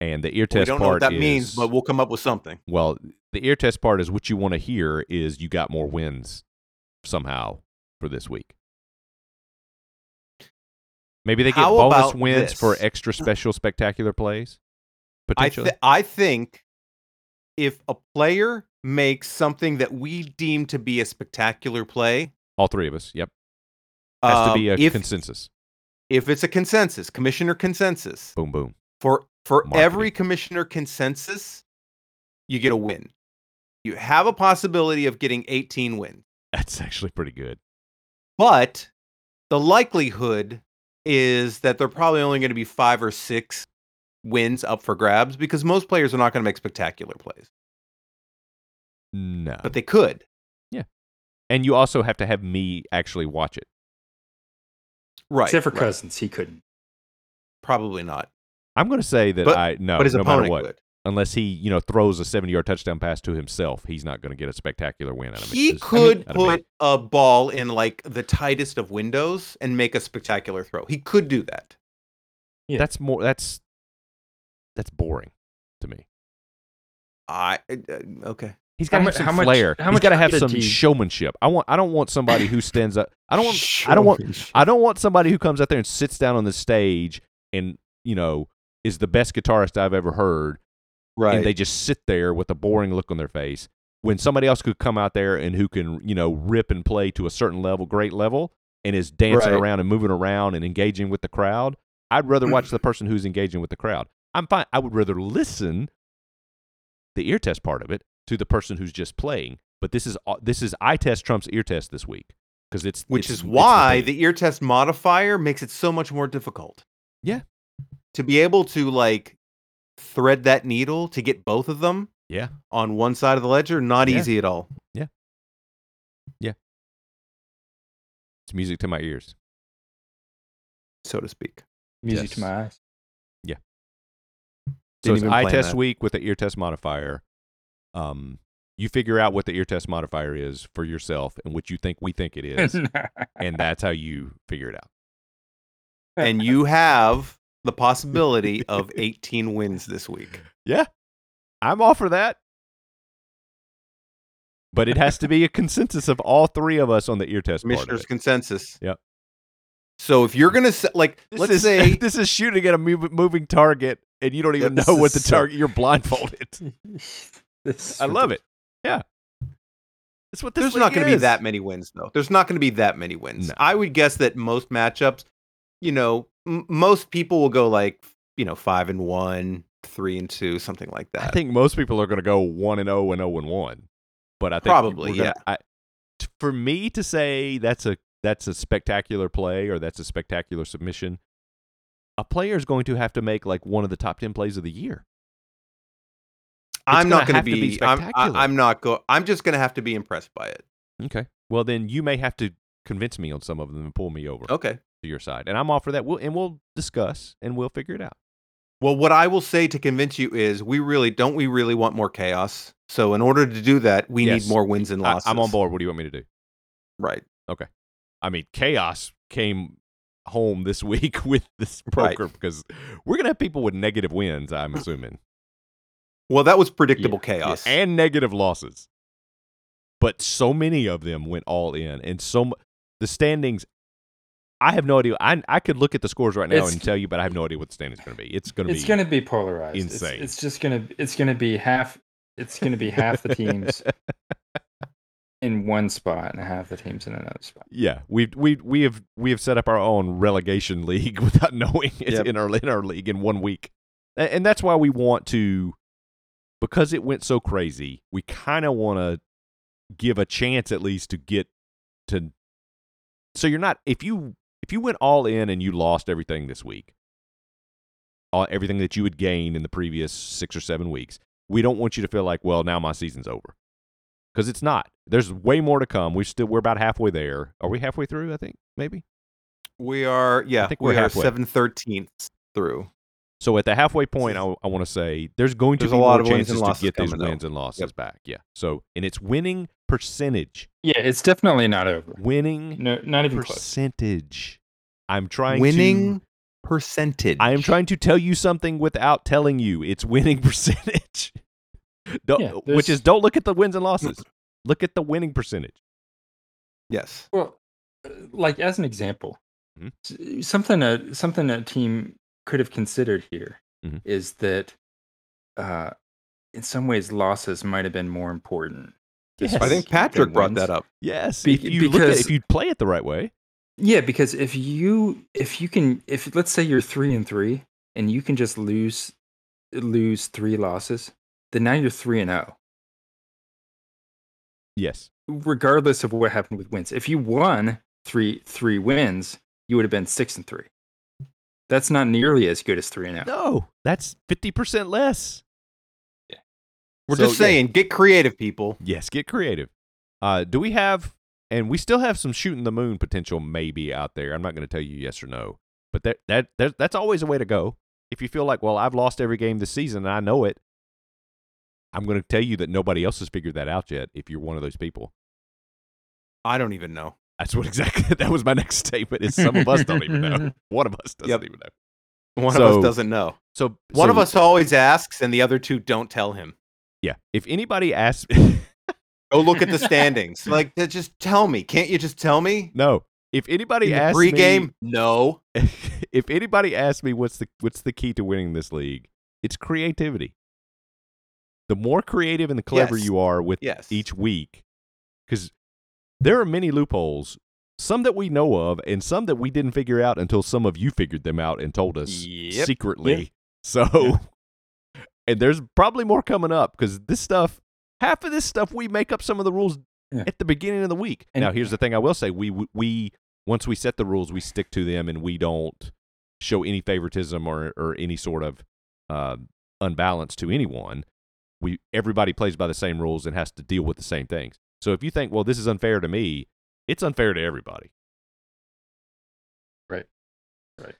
S1: and the ear
S2: Well, we
S1: test
S2: don't
S1: part
S2: know what that
S1: is
S2: means, but we'll come up with something.
S1: well, the ear test part is what you want to hear is you got more wins somehow for this week. Maybe they get
S2: How
S1: bonus
S2: about
S1: wins for
S2: this?
S1: extra special spectacular plays.
S2: I,
S1: Potentially,
S2: th- I think if a player makes something that we deem to be a spectacular play,
S1: all three of us. Yep, has to
S2: um,
S1: be a
S2: if,
S1: consensus.
S2: if it's a consensus, commissioner consensus,
S1: Boom, boom.
S2: for for
S1: Marketing.
S2: every commissioner consensus, you get a win. You have a possibility of getting 18 wins,
S1: That's actually pretty good.
S2: but the likelihood is that they're probably only going to be five or six wins up for grabs because most players are not going to make spectacular plays,
S1: No,
S2: but they could.
S1: and you also have to have me actually watch it.
S2: Right.
S3: Except for
S2: right.
S3: Cousins, he couldn't.
S2: Probably not.
S1: I'm going to say that
S2: But-
S1: I no,
S2: but his
S1: no matter
S2: opponent
S1: what,
S2: would.
S1: unless he you know throws a 70 yard touchdown pass to himself, he's not going to get a spectacular win out of it.
S2: He
S1: Just- I mean,
S2: could
S1: out of me.
S2: put a ball in like the tightest of windows and make a spectacular throw. He could do that.
S3: Yeah.
S1: That's more. That's that's boring to me.
S2: I uh, okay.
S1: He's got to
S3: mu-
S1: have some
S3: how much-
S1: flair.
S3: how
S1: He's
S3: much
S1: got to have some
S3: strategy-
S1: showmanship. I want. I don't want somebody who stands up. I don't want. I don't want- I don't want somebody who comes out there and sits down on the stage and you know is the best guitarist I've ever heard, and they just sit there with a boring look on their face. When somebody else could come out there and who can you know rip and play to a certain level, great level, and is dancing
S2: Right.
S1: around and moving around and engaging with the crowd. I'd rather watch the person who's engaging with the crowd. I'm fine. I would rather listen the ear test part of it to the person who's just playing. But this is this is eye test trumps ear test this week because it's
S2: Which
S1: it's-
S2: is
S1: it's the
S2: why
S1: thing.
S2: the ear test modifier makes it so much more difficult.
S1: Yeah.
S2: To be able to like thread that needle to get both of them
S1: Yeah.
S2: on one side of the ledger, not
S1: Yeah.
S2: easy at all.
S1: it's music to my ears.
S2: So to speak.
S3: Music
S1: Yes.
S3: to my eyes.
S1: So
S2: Didn't
S1: it's
S2: even
S1: eye
S2: plan
S1: test
S2: that.
S1: week with the ear test modifier. Um, you figure out what the ear test modifier is for yourself and what you think we think it is, and that's how you figure it out.
S2: And you have the possibility of 18 wins this week.
S1: I'm all for that. But it has to be a consensus of all three of us on the ear test part of
S2: Commissioner's
S1: it.
S2: consensus.
S1: Yep.
S2: So if you're gonna se- like,
S1: This
S2: let's
S1: is,
S2: say
S1: this is shooting at a mov- moving target, and you don't even
S2: This
S1: know
S2: is
S1: what the
S2: so-
S1: target. You're blindfolded.
S3: This
S1: I love it. Yeah, that's what this.
S2: there's not
S1: going
S2: gonna
S1: to
S2: be that many wins though. There's not gonna be that many wins.
S1: No.
S2: I would guess that most matchups, you know, m- most people will go like, you know, five and one, three and two, something like
S1: I
S2: that.
S1: think most people are going to go one oh and zero and zero and one. But I think
S2: Probably,
S1: we're gonna-
S2: yeah.
S1: I, t- for me to say that's a that's a spectacular play or that's a spectacular submission, a player is going to have to make like one of the top ten plays of the year.
S2: I'm
S1: gonna
S2: not going
S1: have to be
S2: be. I'm, I,
S1: spectacular.
S2: I'm not go. I'm just going to have to be impressed by it.
S1: Okay. Well, then you may have to convince me on some of them and pull me over
S2: Okay.
S1: to your side, and I'm all for that. We'll and we'll discuss and we'll figure it out.
S2: Well, what I will say to convince you is, we really don't. We really want more chaos. So in order to do that, we
S1: Yes.
S2: need more wins and
S1: I-
S2: losses.
S1: I'm on board. What do you want me to do?
S2: Right.
S1: I mean, chaos came home this week with this poker because we're gonna have people with negative wins. I'm assuming.
S2: Well, that was predictable chaos.
S1: and negative losses. But so many of them went all in, and so m- the standings. I have no idea. I I could look at the scores right now
S3: It's-
S1: and tell you, but I have no idea what the standings going to be. It's going to be.
S3: It's going to be polarized. It's-
S1: insane.
S3: It's, just going to it's going to be half it's going to be half the teams in one spot and half the teams in another spot.
S1: yeah, we we we have we have set up our own relegation league without knowing it's
S2: Yep.
S1: in our in our league in one week, A- and, that's why we want to, because it went so crazy. We kind of want to give a chance at least to get to. So you're not if you if you went all in and you lost everything this week, all, everything that you had gained in the previous six or seven weeks, we don't want you to feel like well now my season's over because it's not. There's way more to come. We still we're about halfway there. Are we halfway through? I think maybe.
S2: we are. Yeah,
S1: think we're
S2: we are
S1: halfway.
S2: seven thirteenths through.
S1: So at the halfway point, I, I want to say there's going to
S2: There's
S1: be
S2: a
S1: more
S2: lot of wins
S1: chances
S2: and losses
S1: to get these
S2: coming, though.
S1: wins and losses back. Yeah. So and it's winning percentage,
S3: Yeah, it's definitely not over.
S1: winning
S3: No, not even close.
S1: percentage. I'm trying
S2: Winning
S1: To,
S2: percentage.
S1: I am trying to tell you something without telling you. It's winning percentage. Don't-
S3: Yeah,
S1: which is
S3: there's-
S1: don't look at the wins and losses. look at the winning percentage.
S2: Yes.
S3: Well, uh, like as an example,
S1: Mhm.
S3: s- something a something a team could have considered here is
S1: Mhm.
S3: that uh in some ways losses might have been more important. this
S1: Yes.
S2: I think
S3: week
S2: Patrick
S3: than
S2: brought
S3: wins.
S2: that up.
S1: Yes,
S3: Be-
S1: if you look at,
S3: because-
S1: if you play it the right way.
S3: Yeah, because if you if you can if let's say you're three and three and you can just lose lose three losses, then now you're three and oh,
S1: Yes.
S3: regardless of what happened with wins. If you won three three wins, you would have been six and three. That's not nearly as good as three and oh.
S1: No, that's 50% less.
S2: We're
S1: So,
S2: just
S1: yeah.
S2: saying, get creative, people.
S1: Yes, get creative. Uh, do we have, and we still have some shooting the moon potential maybe out there. I'm not going to tell you yes or no, but that, that, that, that's always a way to go. If you feel like, well, I've lost every game this season and I know it, I'm going to tell you that nobody else has figured that out yet if you're one of those people.
S2: I don't even know.
S1: That's what exactly, that was my next statement is some of us don't even know. One of us doesn't
S2: Yep.
S1: even know.
S2: One of
S1: So-
S2: us doesn't know.
S1: So
S2: One
S1: so-
S2: of us always asks, and the other two don't tell him.
S1: yeah. If anybody asks,
S2: Go look at the standings. like, th- just tell me. Can't you just tell me?
S1: no, if anybody
S2: In the
S1: asks me-
S2: pregame, no.
S1: if anybody asks me what's the what's the key to winning this league, it's creativity. The more creative and the clever
S2: Yes.
S1: you are with
S2: Yes.
S1: each week, because there are many loopholes, some that we know of, and some that we didn't figure out until some of you figured them out and told us
S2: Yep.
S1: secretly. So, and there's probably more coming up because this stuff, half of this stuff, we make up some of the rules
S3: Yeah.
S1: at the beginning of the week.
S3: And-
S1: now, here's the thing: I will say, we we once we set the rules, we stick to them, and we don't show any favoritism or or any sort of uh, unbalance to anyone. We everybody plays by the same rules and has to deal with the same things. So if you think, well, this is unfair to me, it's unfair to everybody.
S3: Right. Right.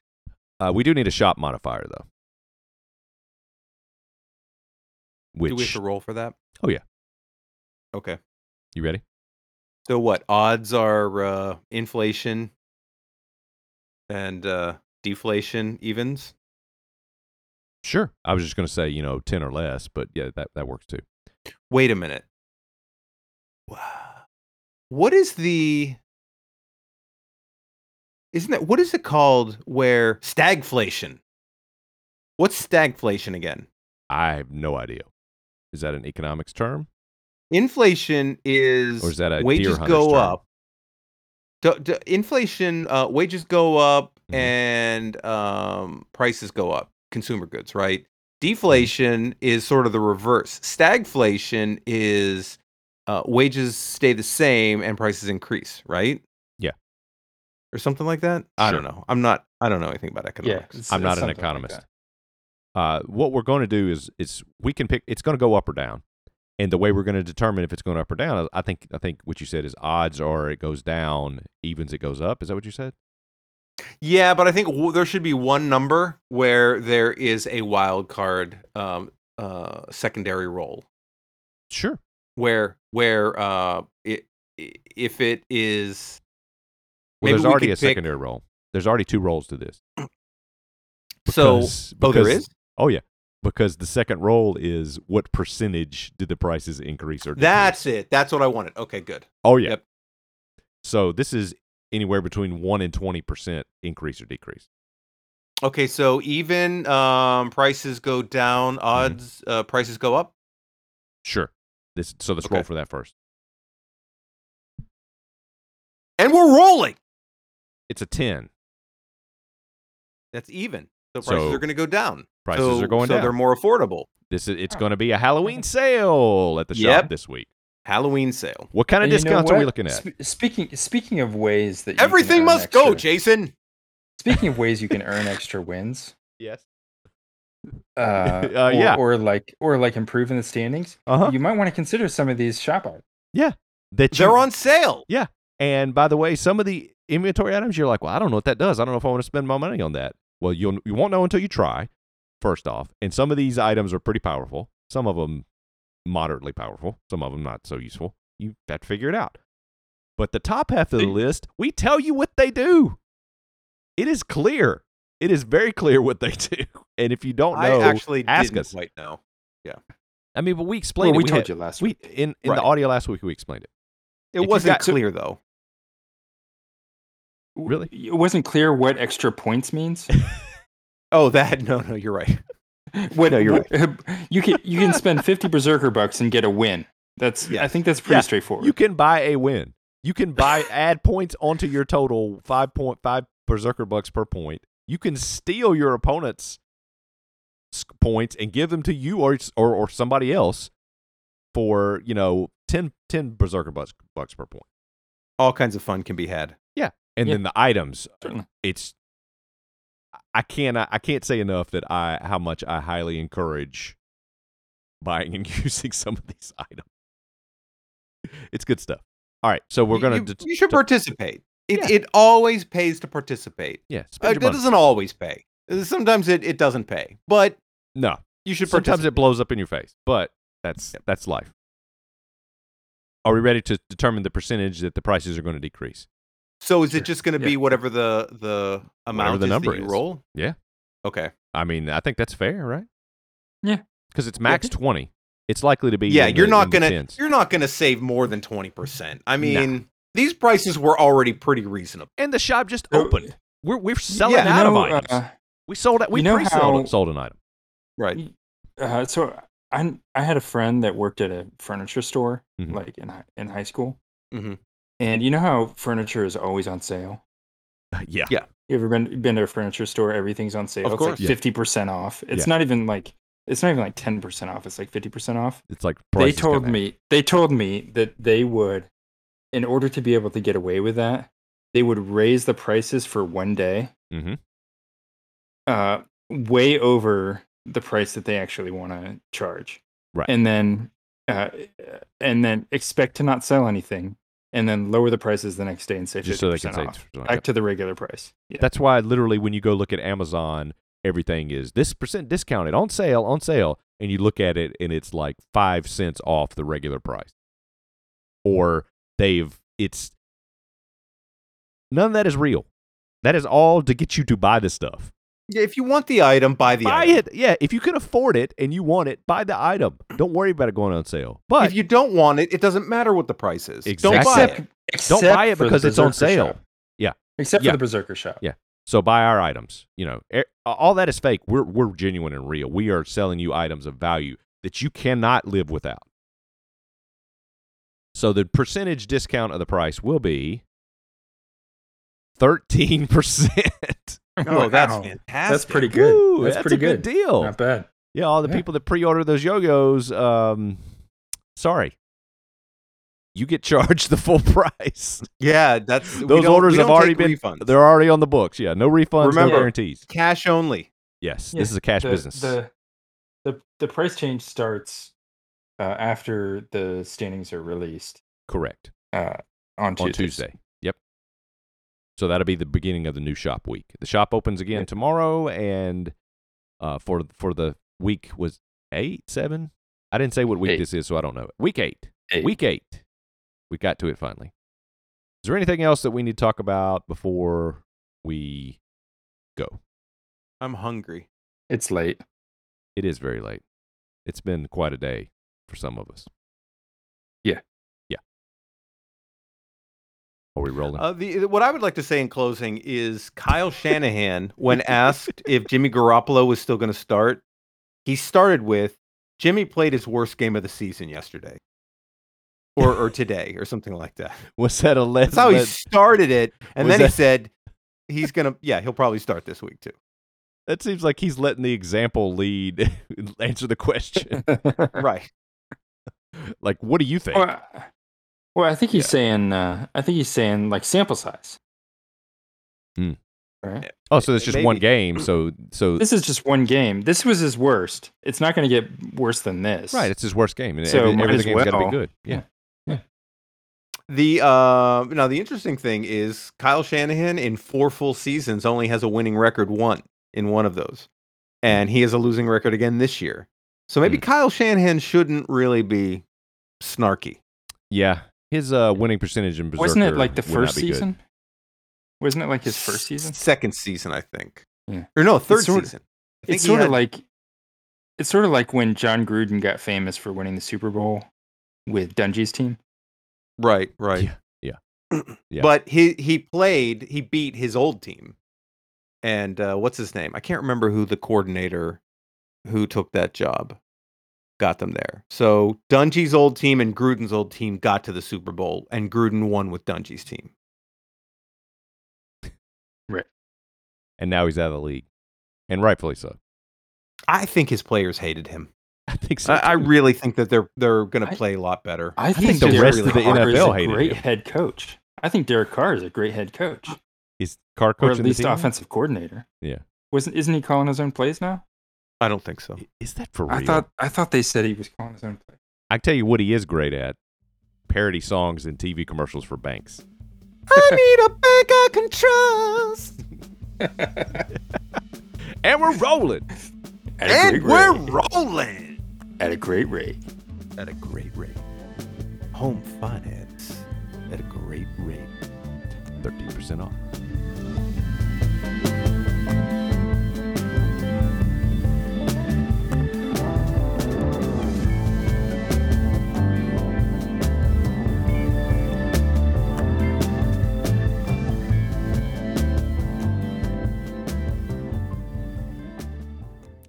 S1: Uh, we do need a shop modifier though.
S2: Do we have
S1: Which
S2: to roll for that?
S1: Oh, yeah.
S2: Okay.
S1: you ready?
S2: So what? Odds are uh, inflation and uh, deflation evens.
S1: Sure. I was just going to say, you know, 10 or less, but yeah, that, that works too.
S2: Wait a minute. Wha- What is the? Isn't that what is it called? Where stagflation? What's stagflation again?
S1: I have no idea. Is that an economics term?
S2: Inflation is,
S1: Or is that a deer
S2: wages
S1: hunter's
S2: go
S1: term?
S2: up. D- d- inflation, uh, wages go up
S1: Mhm.
S2: and um, prices go up. Consumer goods,
S1: Mm-hmm.
S2: right? Deflation is sort of the reverse. Stagflation is uh, wages stay the same and prices increase, right?
S1: Yeah.
S2: Or something like that. I don't know. I'm not. I don't know anything about
S3: Yeah,
S2: economics.
S1: I'm not an
S3: something like
S1: economist.
S3: that.
S1: Uh, what we're going to do is it's we can pick. It's going to go up or down, and the way we're going to determine if it's going up or down, I think I think what you said is odds are it goes down, evens it goes up. Is that what you said?
S2: Yeah, but I think w- there should be one number where there is a wild card um, uh, secondary role
S1: Sure.
S2: where where uh, it, i- if it is
S1: Well,
S2: Maybe
S1: there's
S2: we
S1: already
S2: could
S1: a
S2: pick-
S1: secondary role. There's already two roles to this.
S2: so.
S1: Because-
S2: Oh, there
S1: because-
S2: is.
S1: Oh yeah, because the second role is what percentage did the prices increase or decrease?
S2: That's it. That's what I wanted. Okay, good.
S1: oh yeah.
S2: yep.
S1: So this is anywhere between one and twenty percent increase or decrease.
S2: Okay, so even um, prices go down,
S1: Mm-hmm.
S2: odds uh, prices go up.
S1: Sure. This so let's
S2: Okay.
S1: roll for that first.
S2: and we're rolling.
S1: It's a ten.
S2: That's even. So prices
S1: So
S2: are going to go down.
S1: Prices
S2: So-
S1: are going
S2: so
S1: down.
S2: they're more affordable.
S1: This is it's
S3: Oh.
S1: going to be a Halloween sale at the shop
S2: Yep.
S1: this week.
S2: Halloween sale.
S1: What kind of
S3: And you know
S1: discounts are we
S3: what?
S1: looking at?
S3: Sp- speaking speaking of ways that you can
S2: Everything
S3: earn
S2: must go,
S3: extra-
S2: Jason.
S3: Speaking of ways you can earn extra wins,
S1: yes.
S3: uh,
S1: Uh,
S3: or,
S1: yeah.
S3: or like or like improving the standings,
S1: Uh huh.
S3: you might want to consider some of these shop art.
S1: That you-
S2: They're on sale.
S1: And by the way, some of the inventory items, you're like, well, I don't know what that does. I don't know if I want to spend my money on that. Well, you'll, you won't know until you try, first off. And some of these items are pretty powerful. Some of them moderately powerful. Some of them not so useful. You have to figure it out. But the top half of the
S3: See?
S1: list, we tell you what they do. It is clear. It is very clear what they do. And if you don't know,
S2: I actually
S1: ask
S2: didn't
S1: us.
S2: quite know.
S1: I mean, but we explained
S3: Well,
S1: it.
S3: we told
S1: had-
S3: you last
S1: We
S3: week.
S1: in, in
S2: Right.
S1: the audio last week we explained it.
S2: It
S1: If you
S2: wasn't
S1: got to-
S2: clear though.
S1: Really?
S3: It wasn't clear what extra points means.
S2: Oh, that no, no, you're right.
S3: What,
S2: No, you're
S3: You can you can spend fifty berserker bucks and get a win. That's I
S2: Yes.
S3: think that's pretty
S1: Yeah,
S3: straightforward.
S1: You can buy a win. You can buy add points onto your total five point five berserker bucks per point. You can steal your opponent's s- points and give them to you or s- or, or somebody else for you know 10, 10 berserker bucks bucks per point.
S2: All kinds of fun can be had.
S1: And
S3: Yeah.
S1: then the items, uh,
S3: Certainly.
S1: it's I can't I can't say enough that I how much I highly encourage buying and using some of these items. It's good stuff. All right, so we're
S2: You-
S1: gonna
S2: You,
S1: det-
S2: you should
S1: det-
S2: participate. It it always pays to participate.
S1: Yeah,
S2: Uh,
S1: spend
S2: it
S1: your money.
S2: doesn't always pay. Uh, Sometimes it, it doesn't pay, but
S1: No,
S2: you should
S1: sometimes
S2: participate.
S1: it blows up in your face, but that's
S2: Yep.
S1: that's life. Are we ready to determine the percentage that the prices are going to decrease?
S2: So is
S3: Sure.
S2: it just going to
S3: Yeah.
S2: be whatever the the amount
S1: the
S2: is
S1: number
S2: that you
S1: is.
S2: roll?
S1: Yeah.
S2: Okay.
S1: I mean, I think that's fair, right?
S3: Yeah.
S1: because it's max twenty. It's likely to be
S2: yeah
S1: in
S2: you're
S1: the-
S2: not
S1: in the
S2: gonna
S1: tens.
S2: you're not gonna save more than 20% i
S1: No.
S2: mean these prices were already pretty reasonable
S1: and the shop just
S3: So-
S1: opened. We're we're selling
S2: Yeah,
S3: You
S1: out of
S3: know,
S1: items.
S3: uh,
S1: we sold out. We
S3: you know
S1: pre-sold
S3: how-
S1: sold an item.
S2: right
S3: uh, so I I had a friend that worked at a furniture store
S1: Mhm.
S3: like in hi- in high school,
S1: Mm-hmm.
S2: Mhm.
S3: and you know how furniture is always on sale.
S1: yeah,
S3: You ever been been to a furniture store? Everything's on sale.
S2: Of
S3: it's
S2: course.
S3: like
S1: Yeah.
S3: fifty percent off. It's
S1: Yeah.
S3: not even like it's not even like ten percent off. It's like fifty percent off.
S1: it's like prices
S3: they
S1: come
S3: told
S1: out.
S3: me they told me that they would, in order to be able to get away with that, they would raise the prices for one day,
S1: Mhm.
S3: uh, way over the price that they actually want to charge,
S1: Right.
S3: And then, uh, and then expect to not sell anything, and then lower the prices the next day and say
S1: just
S3: fifty
S1: so they can
S3: percent
S1: say.
S3: off,
S1: it's- like,
S3: back to the regular price. Yeah.
S1: That's why literally when you go look at Amazon, everything is this percent discounted on sale, on sale, and you look at it and it's like five cents off the regular price. Or they've it's none of that is real. That is all to get you to buy the stuff.
S2: yeah if you want the item buy the
S1: buy
S2: item
S1: it. Yeah. If you can afford it and you want it, buy the item. Don't worry about it going on sale. But
S2: if you don't want it it doesn't matter what the price is don't buy
S1: Exactly.
S2: it
S1: Don't buy it
S3: for the
S1: because it's on
S3: Berserker
S1: sale.
S3: shop.
S1: Yeah.
S3: Except
S1: Yeah.
S3: for the Berserker shop.
S1: Yeah. So buy our items. You know, e- all that is fake. We're we're genuine and real. We are selling you items of value that you cannot live without. So the percentage discount of the price will be thirteen percent.
S2: oh that's
S3: Wow.
S2: fantastic
S3: That's pretty good. that's, pretty
S1: a good, deal.
S3: Not bad.
S1: Yeah, all the
S3: Yeah.
S1: people that pre-order those yogos. Um, sorry, you get charged the full price.
S2: Yeah, that's we
S1: Those
S2: don't-
S1: orders
S2: we
S1: have
S2: don't
S1: already
S2: take
S1: been-
S2: refunds.
S1: They're already on the books. Yeah, no refunds,
S2: Remember-
S1: no guarantees.
S2: cash only.
S1: Yes,
S3: Yeah,
S1: this is a cash
S3: the,
S1: business.
S3: The, the the price change starts uh, after the standings are released
S1: Correct.
S3: uh, on Tuesday.
S1: On Tuesday. Yep. So that'll be the beginning of the new shop week. The shop opens again
S3: Yeah.
S1: tomorrow and uh, for for the week was 8 7. I didn't say what week
S3: Eight.
S1: this is so I don't know. Week 8.
S3: Eight.
S1: Week 8. We got to it finally. Is there anything else that we need to talk about before we go?
S2: I'm hungry.
S3: It's late.
S1: It is very late. It's been quite a day for some of us.
S3: Yeah.
S1: Yeah. Are we rolling?
S2: Uh, the, what I would like to say in closing is Kyle Shanahan, when asked if Jimmy Garoppolo was still going to start, he started with Jimmy played his worst game of the season yesterday, or or today, or something like that.
S1: Was that a less?
S2: That's how he
S1: that-
S2: started it, and
S1: Was
S2: then he
S1: that-
S2: said he's gonna. Yeah, he'll probably start this week too.
S1: That seems like he's letting the example lead answer the question.
S2: Right.
S1: like, what do you think?
S3: Well, I- well, I think he's saying. Uh, I think he's saying like sample size.
S1: Hmm.
S3: Right.
S1: oh, so it's just one
S2: maybe.
S1: game. So, so
S3: This is just one game. This was his worst. It's not going to get worse than this.
S1: right, it's his worst game, and
S3: So
S1: every,
S3: might
S1: every
S3: as
S1: game's got to be
S3: well.
S1: good. Yeah.
S2: The uh, now the interesting thing is Kyle Shanahan in four full seasons only has a winning record one in one of those, and he has a losing record again this year. So
S3: Hmm.
S2: maybe Kyle Shanahan shouldn't really be snarky.
S1: yeah, His uh, winning percentage in Berserker
S3: Wasn't it like the
S1: would not
S3: first
S1: be good.
S3: season? Wasn't it like his first season?
S2: second season, I think,
S3: Yeah.
S2: or no, third
S3: sort-
S2: season. I think
S3: It's
S2: he
S3: sort
S2: had-
S3: of like it's sort of like when John Gruden got famous for winning the Super Bowl with Dungy's team.
S2: right, right.
S1: Yeah, yeah.
S2: But he he played, he beat his old team, and uh, what's his name? I can't remember who the coordinator who took that job got them there. So Dungy's old team and Gruden's old team got to the Super Bowl, and Gruden won with Dungy's team.
S1: And now he's out of the league, and rightfully so.
S2: I think his players hated him.
S1: I think so.
S2: I, I
S1: too.
S2: really think that they're they're going
S3: I-
S2: to play a lot better.
S3: I
S1: think the
S3: Derek
S1: rest of the
S3: Carr is
S1: NFL
S3: a
S1: hated
S3: great
S1: him.
S3: head coach. I think Derek Carr is a great head coach,
S1: is Carr
S3: or
S1: coaching
S3: at
S1: the
S3: least
S1: team?
S3: offensive coordinator.
S1: Yeah.
S3: wasn't isn't he calling his own plays now?
S2: I don't think so.
S1: Is that for real?
S3: I thought I thought they said he was calling his own plays.
S1: I tell you what he is great at: parody songs and TV commercials for banks.
S2: I need a bank I can trust.
S1: And we're rolling.
S3: At
S2: And we're
S3: rate.
S2: rolling
S3: at a great rate.
S2: at a great rate. Home finance at a great rate.
S1: Thirteen percent off.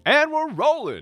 S1: And we're rolling.